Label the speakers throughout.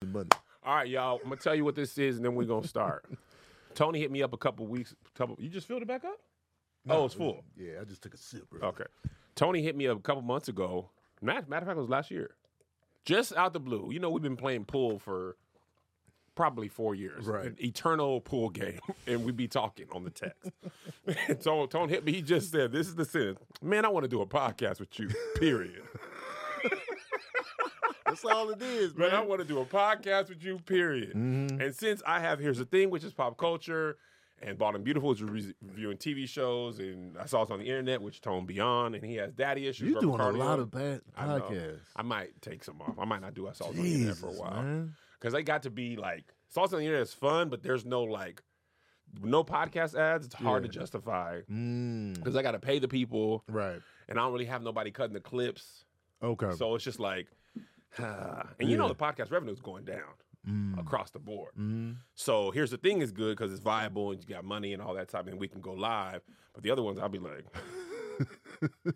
Speaker 1: the button.
Speaker 2: All right, y'all. I'm gonna tell you what this is, and then we're gonna start. Tony hit me up a couple weeks. Couple. You just filled it back up? oh, it's full.
Speaker 1: Yeah, I just took a sip. Bro.
Speaker 2: Okay. Tony hit me up a couple months ago. Matter, matter of fact, it was last year. Just out the blue. You know, we've been playing pool for probably four years.
Speaker 1: Right.
Speaker 2: An eternal pool game. And we be talking on the text. And so Tony hit me. He just said, This is the sentence. Man, I want to do a podcast with you, period.
Speaker 1: That's all it is,
Speaker 2: Man, I want to do a podcast with you, period.
Speaker 1: Mm-hmm.
Speaker 2: And since I have Here's the Thing, which is pop culture, and Bald and Beautiful is re- reviewing TV shows, and I saw this on the internet, which Tone Beyond, and he has daddy issues.
Speaker 1: You're doing
Speaker 2: Robert
Speaker 1: a
Speaker 2: Cardio.
Speaker 1: lot of bad
Speaker 2: I know.
Speaker 1: podcasts.
Speaker 2: I might take some off. I might not do I saw on the internet
Speaker 1: Jesus,
Speaker 2: for a while.
Speaker 1: man.
Speaker 2: Because they got to be like, Salsa on the internet is fun, but there's no like, no podcast ads. It's hard
Speaker 1: Yeah.
Speaker 2: to justify
Speaker 1: Mm,
Speaker 2: because I got to pay the people,
Speaker 1: right.
Speaker 2: and I don't really have nobody cutting the clips.
Speaker 1: Okay.
Speaker 2: So it's just like, and you know
Speaker 1: Yeah.
Speaker 2: the podcast revenue is going down
Speaker 1: Mm,
Speaker 2: across the board.
Speaker 1: mm.
Speaker 2: So here's the thing is good because it's viable and you got money and all that type, and we can go live. But the other ones, I'll be like,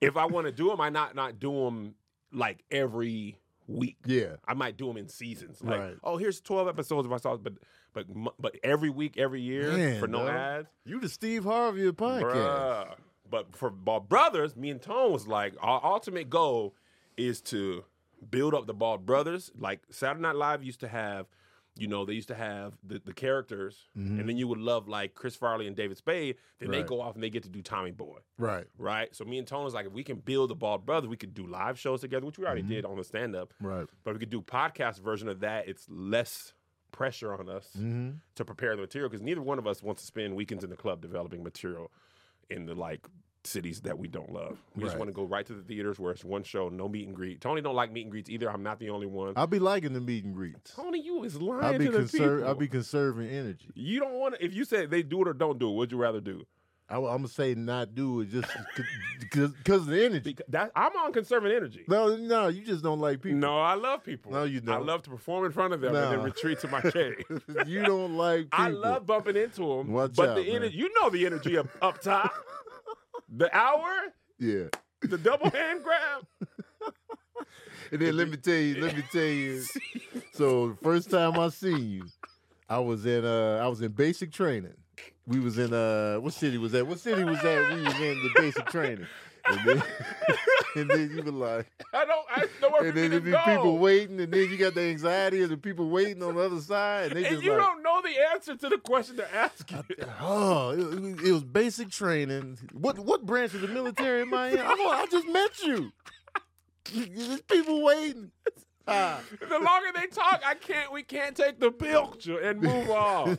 Speaker 2: if I want to do them, I not not do them like every week.
Speaker 1: Yeah.
Speaker 2: I might do them in seasons. Like,
Speaker 1: Right.
Speaker 2: oh, here's 12 episodes of I saw, but but mu- but every week, every year
Speaker 1: Man,
Speaker 2: for no
Speaker 1: dog.
Speaker 2: ads,
Speaker 1: You the Steve Harvey of podcasts.
Speaker 2: Bruh. But for Bald Brothers, me and Tone was like, our ultimate goal is to build up the Bald Brothers. Like Saturday Night Live used to have, you know, they used to have the, the characters, and then you would love like Chris Farley and David Spade. Then they
Speaker 1: Right.
Speaker 2: go off and they get to do Tommy Boy,
Speaker 1: Right.
Speaker 2: right? So me and Tone was like, if we can build the Bald Brothers, we could do live shows together, which we already did on the stand up.
Speaker 1: Right.
Speaker 2: But if we could do podcast version of that, it's less pressure on us
Speaker 1: Mm-hmm.
Speaker 2: to prepare the material because neither one of us wants to spend weekends in the club developing material in the like cities that we don't love. We just
Speaker 1: Right.
Speaker 2: want to go right to the theaters where it's one show, no meet and greet. Tony don't like meet and greets either. I'm not the only one.
Speaker 1: I'll be liking the meet and greets.
Speaker 2: Tony, you is lying
Speaker 1: I'll be
Speaker 2: to the
Speaker 1: conserv-
Speaker 2: people.
Speaker 1: I'll be conserving energy.
Speaker 2: you don't want to. If you said they do it or don't do it, what'd you rather do?
Speaker 1: I, am gonna say not do it just because of the energy.
Speaker 2: Because that I'm on conserving energy.
Speaker 1: No, no, you just don't like people.
Speaker 2: No, I love people.
Speaker 1: No, you
Speaker 2: I
Speaker 1: don't.
Speaker 2: love to perform in front of them and then
Speaker 1: No.
Speaker 2: retreat to my cave.
Speaker 1: you don't like. people.
Speaker 2: I love bumping into them,
Speaker 1: Watch
Speaker 2: but
Speaker 1: out,
Speaker 2: the
Speaker 1: man.
Speaker 2: energy, you know the energy up, up top, the hour,
Speaker 1: Yeah,
Speaker 2: the double hand grab.
Speaker 1: and then let me tell you. Let me tell you. So the first time I seen you, I was in uh I was in basic training. We was in uh what city was that? What city was that? We was in the basic training, and then, and then you were like,
Speaker 2: I don't. I know where
Speaker 1: and then
Speaker 2: people
Speaker 1: there'd
Speaker 2: to
Speaker 1: be
Speaker 2: go.
Speaker 1: people waiting, and then you got the anxiety of the people waiting on the other side, and they
Speaker 2: and
Speaker 1: just
Speaker 2: you
Speaker 1: like,
Speaker 2: don't know the answer to the question they're asking.
Speaker 1: Oh, it, it was- it was basic training. What what branch of the military am I in? I'm on- I just met you. There's people waiting. Ah,
Speaker 2: the longer they talk, I can't. We can't take the picture and move on.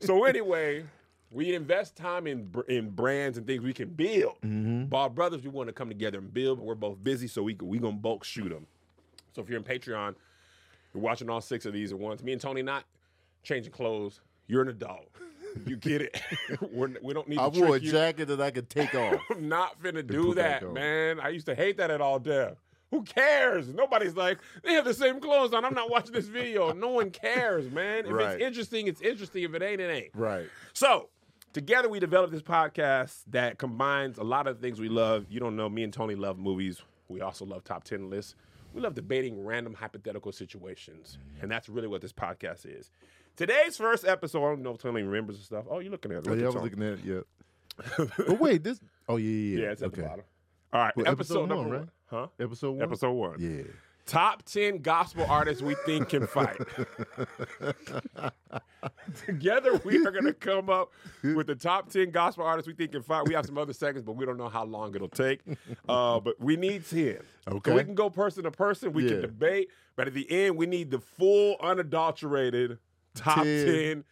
Speaker 2: so anyway, we invest time in br- in brands and things we can build.
Speaker 1: Mm-hmm.
Speaker 2: Ball Brothers, we want to come together and build, but we're both busy, so we we gonna bulk shoot them. So if you're in Patreon, you're watching all six of these at once. Me and Tony not changing clothes. You're an adult. You get it. We're, we don't need. To
Speaker 1: I wore a
Speaker 2: trick you.
Speaker 1: jacket that I could take off.
Speaker 2: I'm not finna do
Speaker 1: put back
Speaker 2: that,
Speaker 1: on.
Speaker 2: man. I used to hate that at all death. Who cares? Nobody's like, they have the same clothes on. I'm not watching this video. No one cares, man. If
Speaker 1: Right.
Speaker 2: it's interesting, it's interesting. If it ain't, it ain't.
Speaker 1: Right.
Speaker 2: So, together we developed this podcast that combines a lot of things we love. You don't know, me and Tony love movies. We also love top 10 lists. We love debating random hypothetical situations. And that's really what this podcast is. Today's first episode, I don't know if Tony remembers the stuff. Oh, you're looking at it.
Speaker 1: Oh, yeah, I was looking at it. Yeah. but wait, this. Oh yeah, yeah.
Speaker 2: Yeah, it's at
Speaker 1: okay.
Speaker 2: the bottom. All right,
Speaker 1: Well,
Speaker 2: episode,
Speaker 1: episode
Speaker 2: number
Speaker 1: one,
Speaker 2: one,
Speaker 1: right?
Speaker 2: huh?
Speaker 1: Episode one.
Speaker 2: Episode one.
Speaker 1: Yeah.
Speaker 2: Top ten gospel artists we think can fight. Together, we are going to come up with the top ten gospel artists we think can fight. We have some other segments, but we don't know how long it'll take. Uh, but we need ten.
Speaker 1: Okay.
Speaker 2: So we can go person to person. We can
Speaker 1: Yeah.
Speaker 2: debate, but at the end, we need the full, unadulterated top
Speaker 1: 10.
Speaker 2: ten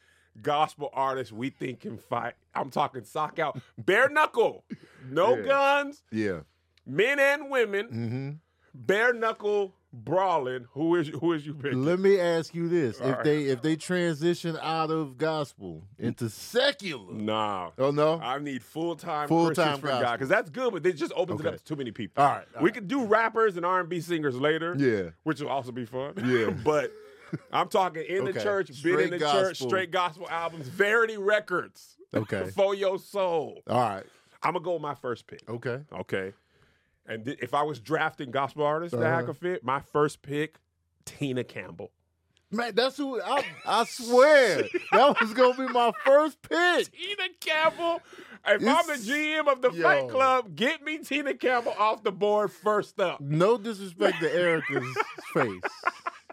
Speaker 2: gospel artists we think can fight. I'm talking sock out, bare knuckle, no
Speaker 1: Yeah.
Speaker 2: guns
Speaker 1: Yeah.
Speaker 2: men and women,
Speaker 1: Mm-hmm.
Speaker 2: bare knuckle brawling. Who is who is you picking?
Speaker 1: Let me ask you this:
Speaker 2: All
Speaker 1: if
Speaker 2: right.
Speaker 1: they if they transition out of gospel into secular,
Speaker 2: nah.
Speaker 1: oh no,
Speaker 2: I need full time Christians
Speaker 1: Full-time
Speaker 2: for God
Speaker 1: gospel.
Speaker 2: because that's good, but they just opens it
Speaker 1: Okay.
Speaker 2: up to too many people.
Speaker 1: All right, all
Speaker 2: we
Speaker 1: right.
Speaker 2: could do rappers and R and B singers later,
Speaker 1: yeah,
Speaker 2: which will also be fun.
Speaker 1: Yeah.
Speaker 2: but I'm talking in the
Speaker 1: Okay.
Speaker 2: church, been in
Speaker 1: Straight
Speaker 2: the church,
Speaker 1: gospel.
Speaker 2: straight gospel albums, Verity Records,
Speaker 1: okay,
Speaker 2: for your soul.
Speaker 1: all right,
Speaker 2: I'm gonna go with my first pick.
Speaker 1: okay,
Speaker 2: Okay. And th- if I was drafting gospel artists that I
Speaker 1: Uh-huh.
Speaker 2: could fit, my first pick, Tina Campbell.
Speaker 1: Man, that's who I, I swear that was gonna be my first pick.
Speaker 2: Tina Campbell. If I'm
Speaker 1: It's-
Speaker 2: the GM of the
Speaker 1: Yo.
Speaker 2: Fight Club, get me Tina Campbell off the board first up.
Speaker 1: No disrespect to Erica's face,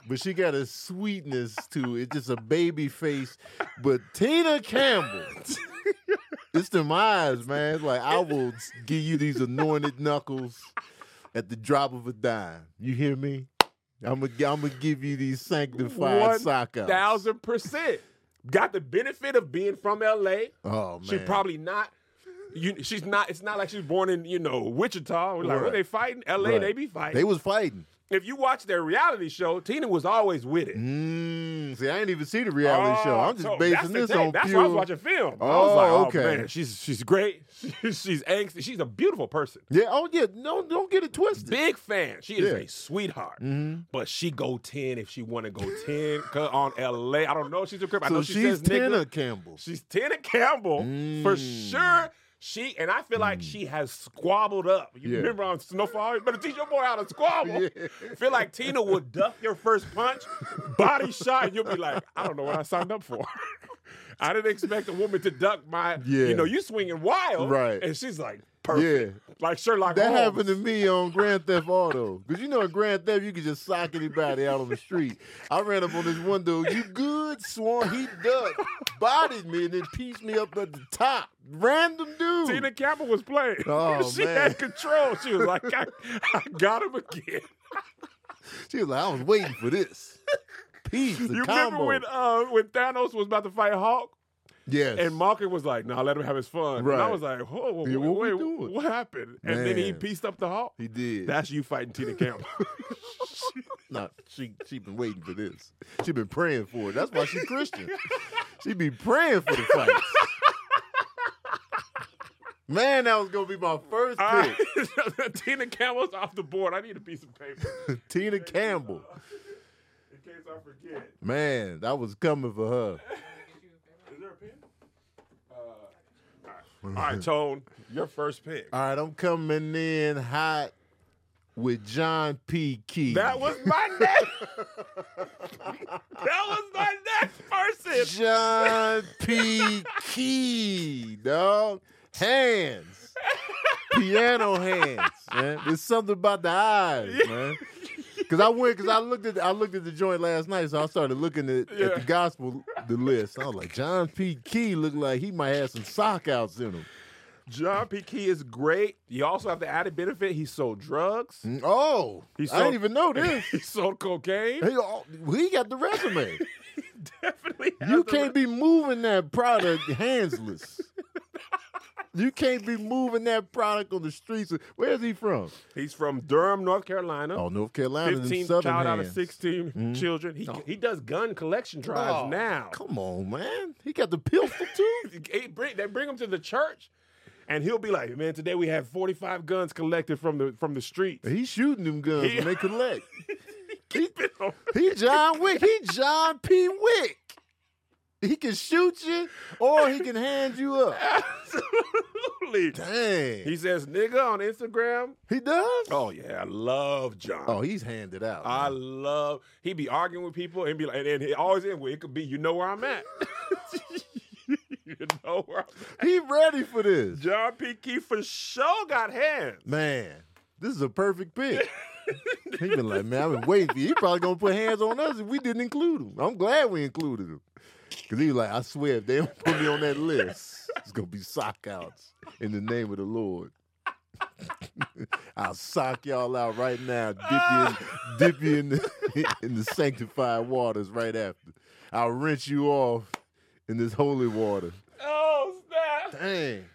Speaker 1: but she got a sweetness to it, just a baby face. But Tina Campbell, it's them eyes, man. Like I will give you these anointed knuckles at the drop of a dime. You hear me? I'm gonna I'm gonna give you these sanctified sockers.
Speaker 2: Thousand percent. Got the benefit of being from LA.
Speaker 1: Oh man,
Speaker 2: She probably not. You, she's not. It's not like she's born in you know Wichita. We're like,
Speaker 1: Right.
Speaker 2: well, they fighting LA.
Speaker 1: Right.
Speaker 2: They be fighting.
Speaker 1: they was fighting.
Speaker 2: if you watch their reality show, Tina was always with it.
Speaker 1: Mm, see, I ain't even see the reality show. I'm just
Speaker 2: Oh, so that's
Speaker 1: basing
Speaker 2: the
Speaker 1: this
Speaker 2: thing.
Speaker 1: on
Speaker 2: That's
Speaker 1: pure.
Speaker 2: why I was watching film. I
Speaker 1: Oh,
Speaker 2: was like, oh
Speaker 1: okay.
Speaker 2: man, she's she's great. she's angsty. She's a beautiful person.
Speaker 1: Yeah. Oh yeah. No, don't get it twisted.
Speaker 2: Big fan. She is
Speaker 1: Yeah.
Speaker 2: a sweetheart.
Speaker 1: Mm-hmm.
Speaker 2: But she go 10 if she want to go 10 'cause on LA. I don't know if she's a crip. I
Speaker 1: So
Speaker 2: know she
Speaker 1: she's
Speaker 2: says nigga.
Speaker 1: Tina Campbell.
Speaker 2: She's Tina Campbell for
Speaker 1: Mm.
Speaker 2: sure. She and I feel like she has squabbled up. You
Speaker 1: Yeah.
Speaker 2: remember on Snowfall? You better teach your boy how to squabble. Feel like Tina will duck your first punch, body shot, and you'll be like, I don't know what I signed up for. I didn't expect a woman to duck my.
Speaker 1: Yeah.
Speaker 2: You know, you swinging wild,
Speaker 1: Right.
Speaker 2: And she's like, perfect,
Speaker 1: Yeah,
Speaker 2: like Sherlock
Speaker 1: that
Speaker 2: Holmes.
Speaker 1: happened to me on Grand Theft Auto. Cause you know in Grand Theft you can just sock anybody out on the street. I ran up on this one dude. You good, Swan? He ducked, bodied me, and then pieced me up at the top. Random dude.
Speaker 2: Tina Campbell was playing.
Speaker 1: Oh,
Speaker 2: she
Speaker 1: man.
Speaker 2: had control. She was like, I, I got him again.
Speaker 1: She was like, I was waiting for this. Peace. The
Speaker 2: you
Speaker 1: combo.
Speaker 2: remember when uh, when Thanos was about to fight Hulk
Speaker 1: yes.
Speaker 2: and Malkin was like, "Nah, let him have his fun." And I
Speaker 1: Right.
Speaker 2: was like, "Whoa, wait,
Speaker 1: Yeah, what we
Speaker 2: wait,
Speaker 1: doing?"
Speaker 2: what happened?" And then he
Speaker 1: Man.
Speaker 2: pieced up the Hulk.
Speaker 1: he did.
Speaker 2: That's you fighting Tina Campbell.
Speaker 1: No, she she been waiting for this. She been praying for it. That's why she Christian. she be praying for the fight. Man, that was gonna be my first
Speaker 2: All
Speaker 1: pick.
Speaker 2: right. Tina Campbell's off the board. I need a piece of paper
Speaker 1: Tina Campbell.
Speaker 2: in case I forget.
Speaker 1: Man, that was coming for her.
Speaker 2: Is there a pen? Uh, all right. All right, Tone, your first pick.
Speaker 1: All right, I'm coming in hot with John P. Key.
Speaker 2: That was my next. that was my next person.
Speaker 1: John P. Key, dog. Hands. Piano hands, man. There's something about the eyes, man. Cause I went, cause I looked at I looked at the joint last night, so I started looking at, at
Speaker 2: Yeah.
Speaker 1: the gospel the list. I was like, John P. Key looked like he might have some sock outs in him.
Speaker 2: John P. Key is great. You also have the added benefit he sold drugs.
Speaker 1: Mm, Oh,
Speaker 2: He
Speaker 1: I
Speaker 2: sold-
Speaker 1: didn't even know this.
Speaker 2: he sold cocaine.
Speaker 1: He, oh, he got the resume.
Speaker 2: Definitely. has
Speaker 1: You
Speaker 2: the
Speaker 1: can't be moving that product handsless. You can't be moving that product on the streets. of- Where's he from?
Speaker 2: re- He's from Durham, North Carolina.
Speaker 1: Oh, North Carolina. them
Speaker 2: 15th child
Speaker 1: Southern
Speaker 2: out of
Speaker 1: hands.
Speaker 2: 16 children. He, he does gun collection drives
Speaker 1: Oh,
Speaker 2: now.
Speaker 1: Come on, man. He got the pistol too.
Speaker 2: They bring, they bring him to the church, and he'll be like, "Man, today we have 45 guns collected from the from the streets."
Speaker 1: He's shooting them guns
Speaker 2: He-
Speaker 1: when they collect. he,
Speaker 2: All
Speaker 1: he John Wick. He John P. Wick. He can shoot you or he can hand you up.
Speaker 2: Absolutely.
Speaker 1: Dang.
Speaker 2: He says "nigga" on Instagram.
Speaker 1: he does?
Speaker 2: Oh yeah, I love John.
Speaker 1: Oh, he's handed out.
Speaker 2: I
Speaker 1: man.
Speaker 2: love. He be arguing with people and be like, and, and he always end with, "It could be you know where I'm at." you know where I'm at.
Speaker 1: he ready for this.
Speaker 2: John P. Key for sure got hands.
Speaker 1: man, this is a perfect pick. he been like, man, I've been waiting for you. He probably gonna put hands on us if we didn't include him. I'm glad we included him. Cause he was like, I swear, if they don't put me on that list, it's gonna be sock outs in the name of the Lord. I'll sock y'all out right now. Dip you in, dip you in the, in the sanctified waters right after. I'll rinse you off in this holy water.
Speaker 2: Oh snap!
Speaker 1: Dang.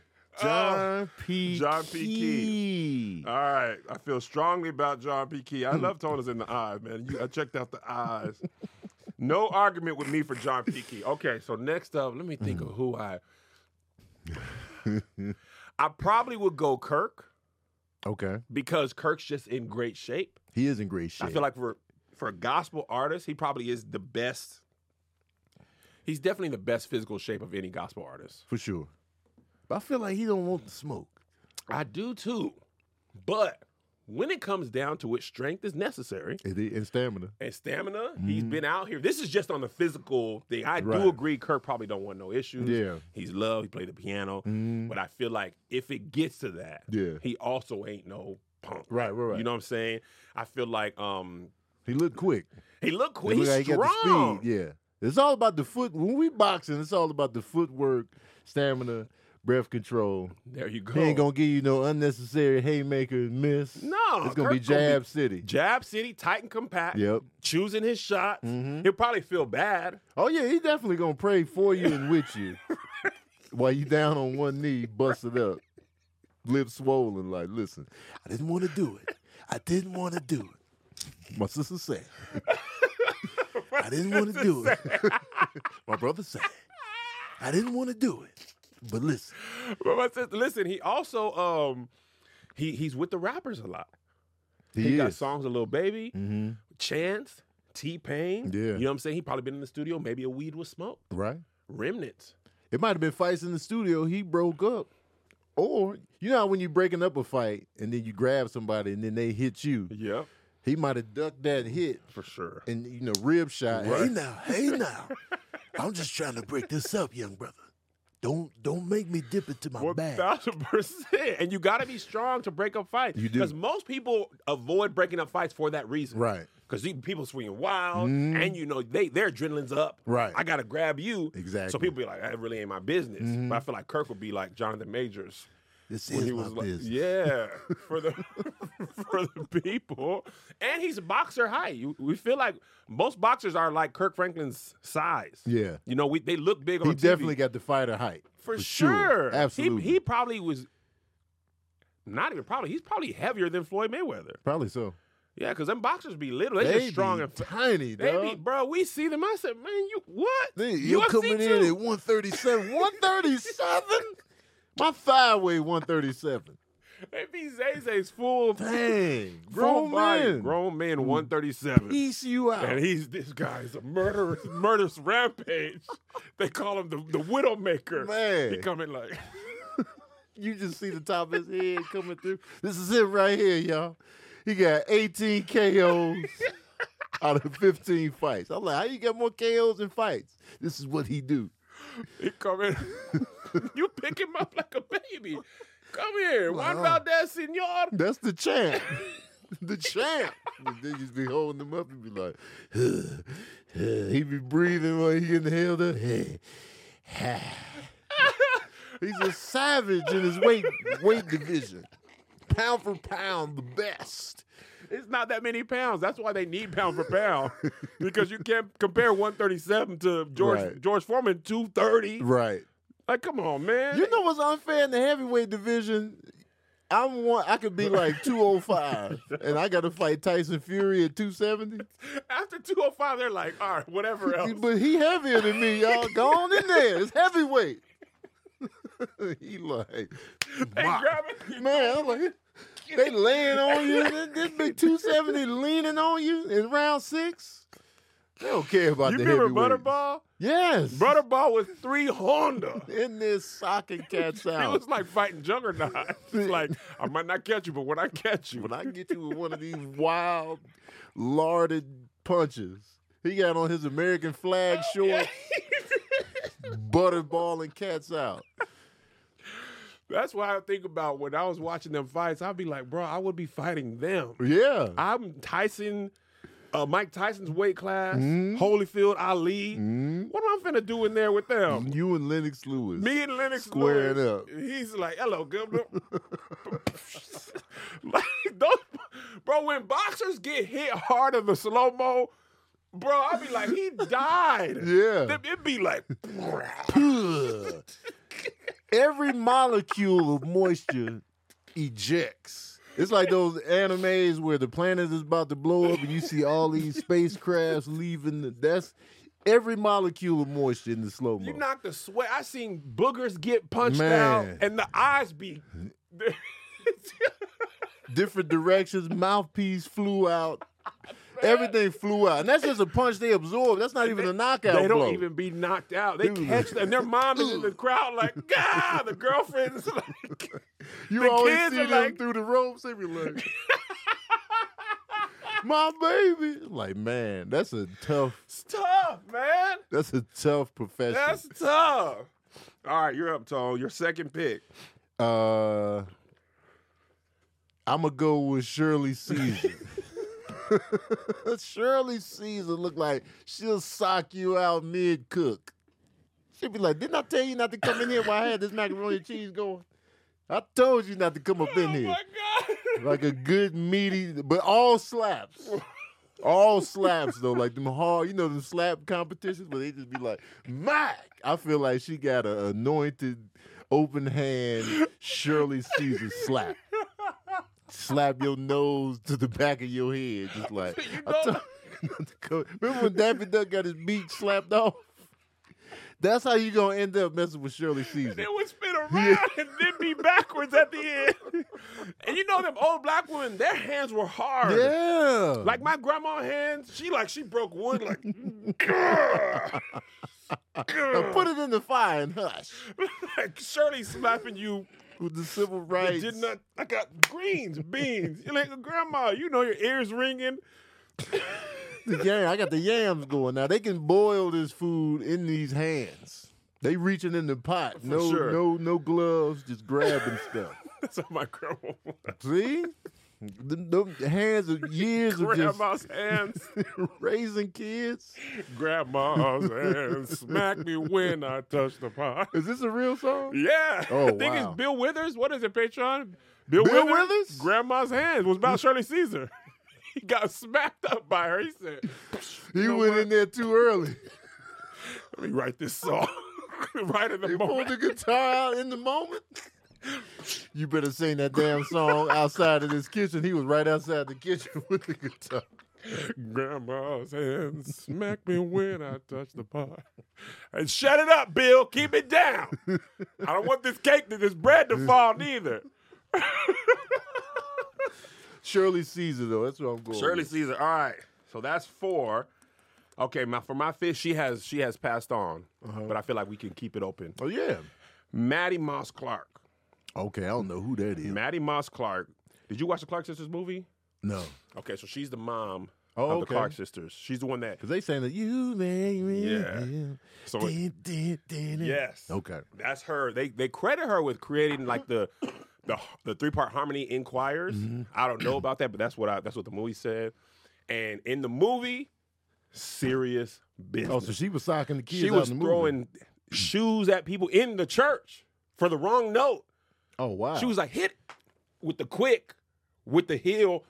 Speaker 2: Oh.
Speaker 1: John P.
Speaker 2: John P.
Speaker 1: Key.
Speaker 2: All right, I feel strongly about John P. Key. I love Tonas in the eyes, man. You, I checked out the eyes. No argument with me for John P. Key. Okay, so next up, let me think of who I. I probably would go Kirk
Speaker 1: Okay.
Speaker 2: because Kirk's just in great shape.
Speaker 1: He is in great shape.
Speaker 2: I feel like for for a gospel artist, he probably is the best. He's definitely the best physical shape of any gospel artist.
Speaker 1: for sure. But I feel like he don't want the smoke.
Speaker 2: I do too, but when it comes down to it, strength is necessary
Speaker 1: It is- and stamina.
Speaker 2: and stamina. He's been out here. This is just on the physical thing. I
Speaker 1: Mm-hmm. Right.
Speaker 2: do agree. Kirk probably don't want no issues.
Speaker 1: Yeah.
Speaker 2: he's loved. He played the piano,
Speaker 1: Mhm.
Speaker 2: but I feel like if it gets to that,
Speaker 1: Yeah.
Speaker 2: he also ain't no punk.
Speaker 1: Right, right, right.
Speaker 2: You know what I'm saying? I feel like um
Speaker 1: he looked quick.
Speaker 2: he look
Speaker 1: He
Speaker 2: quick.
Speaker 1: looked
Speaker 2: He's
Speaker 1: like he got
Speaker 2: strong.
Speaker 1: the speed. Yeah. It's all about the foot. When we boxing, it's all about the footwork, stamina, breath control.
Speaker 2: There you go.
Speaker 1: He ain't gonna give you no unnecessary haymaker and miss.
Speaker 2: no,
Speaker 1: it's gonna be
Speaker 2: Kirk gonna
Speaker 1: jab city.
Speaker 2: Jab City, tight and compact.
Speaker 1: Yep.
Speaker 2: Choosing his shots.
Speaker 1: Mhm.
Speaker 2: He'll probably feel bad.
Speaker 1: Oh yeah, he definitely gonna pray for you and with you while you down on one knee, busted up, lips swollen. Like, listen, I didn't want to do it. I didn't want to do it. My sister said, I didn't want to do it. My brother said, I didn't want to do it. But listen,
Speaker 2: But my sister, listen, he also um he he's with the rappers a lot.
Speaker 1: he,
Speaker 2: He, got
Speaker 1: is.
Speaker 2: songs with Lil Baby,
Speaker 1: Mhm.
Speaker 2: Chance, T Pain.
Speaker 1: Yeah.
Speaker 2: You know what I'm saying? He probably been in the studio, maybe a weed was smoked.
Speaker 1: right.
Speaker 2: Remnants.
Speaker 1: It might have been fights in the studio. He broke up, or you know how when you breaking up a fight and then you grab somebody and then they hit you.
Speaker 2: Yeah,
Speaker 1: He might have ducked that hit
Speaker 2: for sure.
Speaker 1: and you know rib shot.
Speaker 2: Right.
Speaker 1: now, hey now, I'm just trying to break this up, young brother. Don't don't make me dip into my
Speaker 2: One thousand percent. And you gotta be strong to break up fights.
Speaker 1: You do.
Speaker 2: Because most people avoid breaking up fights for that reason.
Speaker 1: Right,
Speaker 2: Because people swinging wild,
Speaker 1: Mm.
Speaker 2: and you know they their adrenaline's up.
Speaker 1: Right.
Speaker 2: I gotta grab you.
Speaker 1: exactly. Mm-hmm.
Speaker 2: So people be like, that really ain't my business. But I feel like Kirk would be like Jonathan Majors
Speaker 1: this
Speaker 2: when
Speaker 1: is
Speaker 2: he
Speaker 1: my
Speaker 2: was like,
Speaker 1: business.
Speaker 2: yeah, for the for the people, and he's boxer height. You, we feel like most boxers are like Kirk Franklin's size.
Speaker 1: yeah.
Speaker 2: You know, we they look big
Speaker 1: He
Speaker 2: on TV.
Speaker 1: definitely got the fighter height
Speaker 2: for,
Speaker 1: for
Speaker 2: sure.
Speaker 1: sure. Absolutely.
Speaker 2: He, he probably was not even probably. He's probably heavier than Floyd Mayweather.
Speaker 1: Probably so.
Speaker 2: Yeah, because them boxers be little. They, just strong
Speaker 1: be
Speaker 2: and. F-
Speaker 1: tiny,
Speaker 2: they
Speaker 1: dog.
Speaker 2: be, bro, we see them. I said, man, you what?
Speaker 1: They-
Speaker 2: UFC
Speaker 1: you're coming in
Speaker 2: too?
Speaker 1: at 137. 137? My thigh weigh 137.
Speaker 2: They be Zay Zay's full,
Speaker 1: Dang.
Speaker 2: grown
Speaker 1: Grown
Speaker 2: body,
Speaker 1: man. Mm.
Speaker 2: grown man, one thirty seven.
Speaker 1: Piece you
Speaker 2: And
Speaker 1: out.
Speaker 2: he's this guy's a murderous, murderous rampage. They call him the, the Widowmaker.
Speaker 1: Man.
Speaker 2: He coming like,
Speaker 1: You just see the top of his head coming through. This is it right here, y'all. He got 18 KOs out of 15 fights. I'm like, how you got more KOs than fights? This is what he do.
Speaker 2: he coming. you pick him up like a baby. Come here. What
Speaker 1: Wow.
Speaker 2: about that, senor?
Speaker 1: That's the champ. the champ. And They just be holding him up and be like, he be breathing while he getting held up. He's a savage in his weight weight division. Pound for pound, the best.
Speaker 2: It's not that many pounds. That's why they need pound for pound because you can't compare 137 to George
Speaker 1: Right.
Speaker 2: George Foreman 230.
Speaker 1: Right.
Speaker 2: Like, come on, man.
Speaker 1: You know what's unfair in the heavyweight division? I'm one. I could be like 205, and I got to fight Tyson Fury at 270.
Speaker 2: After 205, they're like, all right, whatever else.
Speaker 1: But he heavier than me, y'all. Go on in there. It's heavyweight. he like,
Speaker 2: They
Speaker 1: wow.
Speaker 2: grabbing you.
Speaker 1: man, I'm like, they laying on you. This, this big 270 leaning on you in round six. They don't care about
Speaker 2: You
Speaker 1: the
Speaker 2: remember
Speaker 1: heavyweights.
Speaker 2: Butterball?
Speaker 1: Yes,
Speaker 2: Butterball was three Honda.
Speaker 1: In this socking cats out.
Speaker 2: It was like fighting Juggernaut. It's like I might not catch you, but when I catch you,
Speaker 1: when I get you with one of these wild, larded punches, he got on his American flag shorts, butterballing cats out.
Speaker 2: that's why I think about when I was watching them fights. I'd be like, bro, I would be fighting them.
Speaker 1: Yeah.
Speaker 2: I'm Tyson, uh, Mike Tyson's weight class,
Speaker 1: Mm-hmm.
Speaker 2: Holyfield, Ali. What am I finna do in there with them?
Speaker 1: You and Lennox Lewis.
Speaker 2: Me and Lennox
Speaker 1: Squaring
Speaker 2: Lewis,
Speaker 1: up.
Speaker 2: He's like, hello, governor. like, those, bro, when boxers get hit hard in the slow mo, bro, I'll be like, he died.
Speaker 1: Yeah.
Speaker 2: It'd be like,
Speaker 1: Ugh. Every molecule of moisture ejects. It's like those animes where the planet is about to blow up and you see all these spacecrafts leaving. The, that's every molecule of moisture in the slow
Speaker 2: you
Speaker 1: mo.
Speaker 2: knock the sweat. I seen boogers get punched out
Speaker 1: Man.
Speaker 2: and the eyes be.
Speaker 1: different directions. Mouthpiece flew out. Everything flew out, and that's just a punch they absorb. That's not even a knockout
Speaker 2: They don't
Speaker 1: blow.
Speaker 2: even be knocked out. They
Speaker 1: Dude.
Speaker 2: catch them. Their mom is in the crowd like, God, the girlfriend's like,
Speaker 1: you
Speaker 2: the
Speaker 1: always
Speaker 2: kids
Speaker 1: see
Speaker 2: are
Speaker 1: them
Speaker 2: like-
Speaker 1: through the ropes. They be like, my baby. Like, man, that's a tough,
Speaker 2: It's tough, man.
Speaker 1: that's a tough profession.
Speaker 2: That's tough. All right, you're up, Tone. Your second pick.
Speaker 1: Uh, I'm gonna go with Shirley Caesar. Shirley Caesar look like she'll sock you out mid cook. She'll be like, "Didn't I tell you not to come in here while I had this macaroni and cheese going? I told you not to come up in here."
Speaker 2: Oh, God.
Speaker 1: Like a good meaty, but all slaps. All slaps though, like them hard, you know, them slap competitions where they just be like, Mac. I feel like she got an anointed, open hand Shirley Caesar slap. Slap your nose to the back of your head, just like.
Speaker 2: You
Speaker 1: I
Speaker 2: don't-
Speaker 1: told you not to go- Remember when Daffy Duck got his beak slapped off? That's how you gonna end up messing with Shirley Caesar.
Speaker 2: They would spin around and then be backwards at the end. And you know them old black women, their hands were hard.
Speaker 1: Yeah,
Speaker 2: Like my grandma hands, she like she broke wood like grr,
Speaker 1: Now
Speaker 2: grr.
Speaker 1: put it in the fire and hush.
Speaker 2: like Shirley slapping you.
Speaker 1: with the civil
Speaker 2: I
Speaker 1: rights.
Speaker 2: Did not I got greens, beans. You're like grandma, you know your ears ringing.
Speaker 1: The yam, I got the yams going now. They can boil this food in these hands. They reaching in the pot. no,
Speaker 2: sure.
Speaker 1: no, no gloves. Just grabbing stuff.
Speaker 2: That's how my grandma was.
Speaker 1: See, the, them hands of years of just
Speaker 2: Grandma's hands.
Speaker 1: raising kids.
Speaker 2: Grandma's hands. Smack me when I touch the pot.
Speaker 1: Is this a real song?
Speaker 2: Yeah.
Speaker 1: Oh,
Speaker 2: I think
Speaker 1: wow.
Speaker 2: it's Bill Withers. What is it, Patreon? Bill,
Speaker 1: Bill
Speaker 2: Withers?
Speaker 1: Withers?
Speaker 2: Grandma's hands was about Shirley Caesar. He got smacked up by her. He said,
Speaker 1: He
Speaker 2: know
Speaker 1: went
Speaker 2: what?
Speaker 1: in there too early.
Speaker 2: Let me write this song. right in the
Speaker 1: He pulled
Speaker 2: moment.
Speaker 1: the guitar out in the moment. You better sing that damn song outside of this kitchen. He was right outside the kitchen with the guitar.
Speaker 2: Grandma's hands smack me when I touch the pot. And shut it up, Bill. Keep it down. I don't want this cake, this bread to fall neither.
Speaker 1: Shirley Caesar though, that's what I'm going.
Speaker 2: Shirley
Speaker 1: with.
Speaker 2: Caesar. All right. So that's four. Okay, my, for my fish, she has she has passed on,
Speaker 1: Uh-huh.
Speaker 2: but I feel like we can keep it open.
Speaker 1: Oh yeah.
Speaker 2: Maddie Moss Clark.
Speaker 1: Okay, I don't know who that is.
Speaker 2: Maddie Moss Clark. Did you watch the Clark sisters movie?
Speaker 1: No,
Speaker 2: Okay, so she's the mom
Speaker 1: Oh,
Speaker 2: of the
Speaker 1: okay.
Speaker 2: Clark sisters. She's the one that.
Speaker 1: because they saying that you made me.
Speaker 2: Yeah.
Speaker 1: feel-
Speaker 2: So
Speaker 1: Dun, dun, dun, dun.
Speaker 2: yes,
Speaker 1: Okay.
Speaker 2: that's her. They they credit her with creating like the the the three part harmony in choirs.
Speaker 1: Mm-hmm.
Speaker 2: I don't know about that, but that's what I that's what the movie said. And in the movie, serious business.
Speaker 1: Oh, so she was socking the kids.
Speaker 2: she
Speaker 1: out
Speaker 2: was
Speaker 1: in the Movie.
Speaker 2: throwing shoes at people in the church for the wrong note.
Speaker 1: Oh wow.
Speaker 2: She was like hit with the quick, with the heel,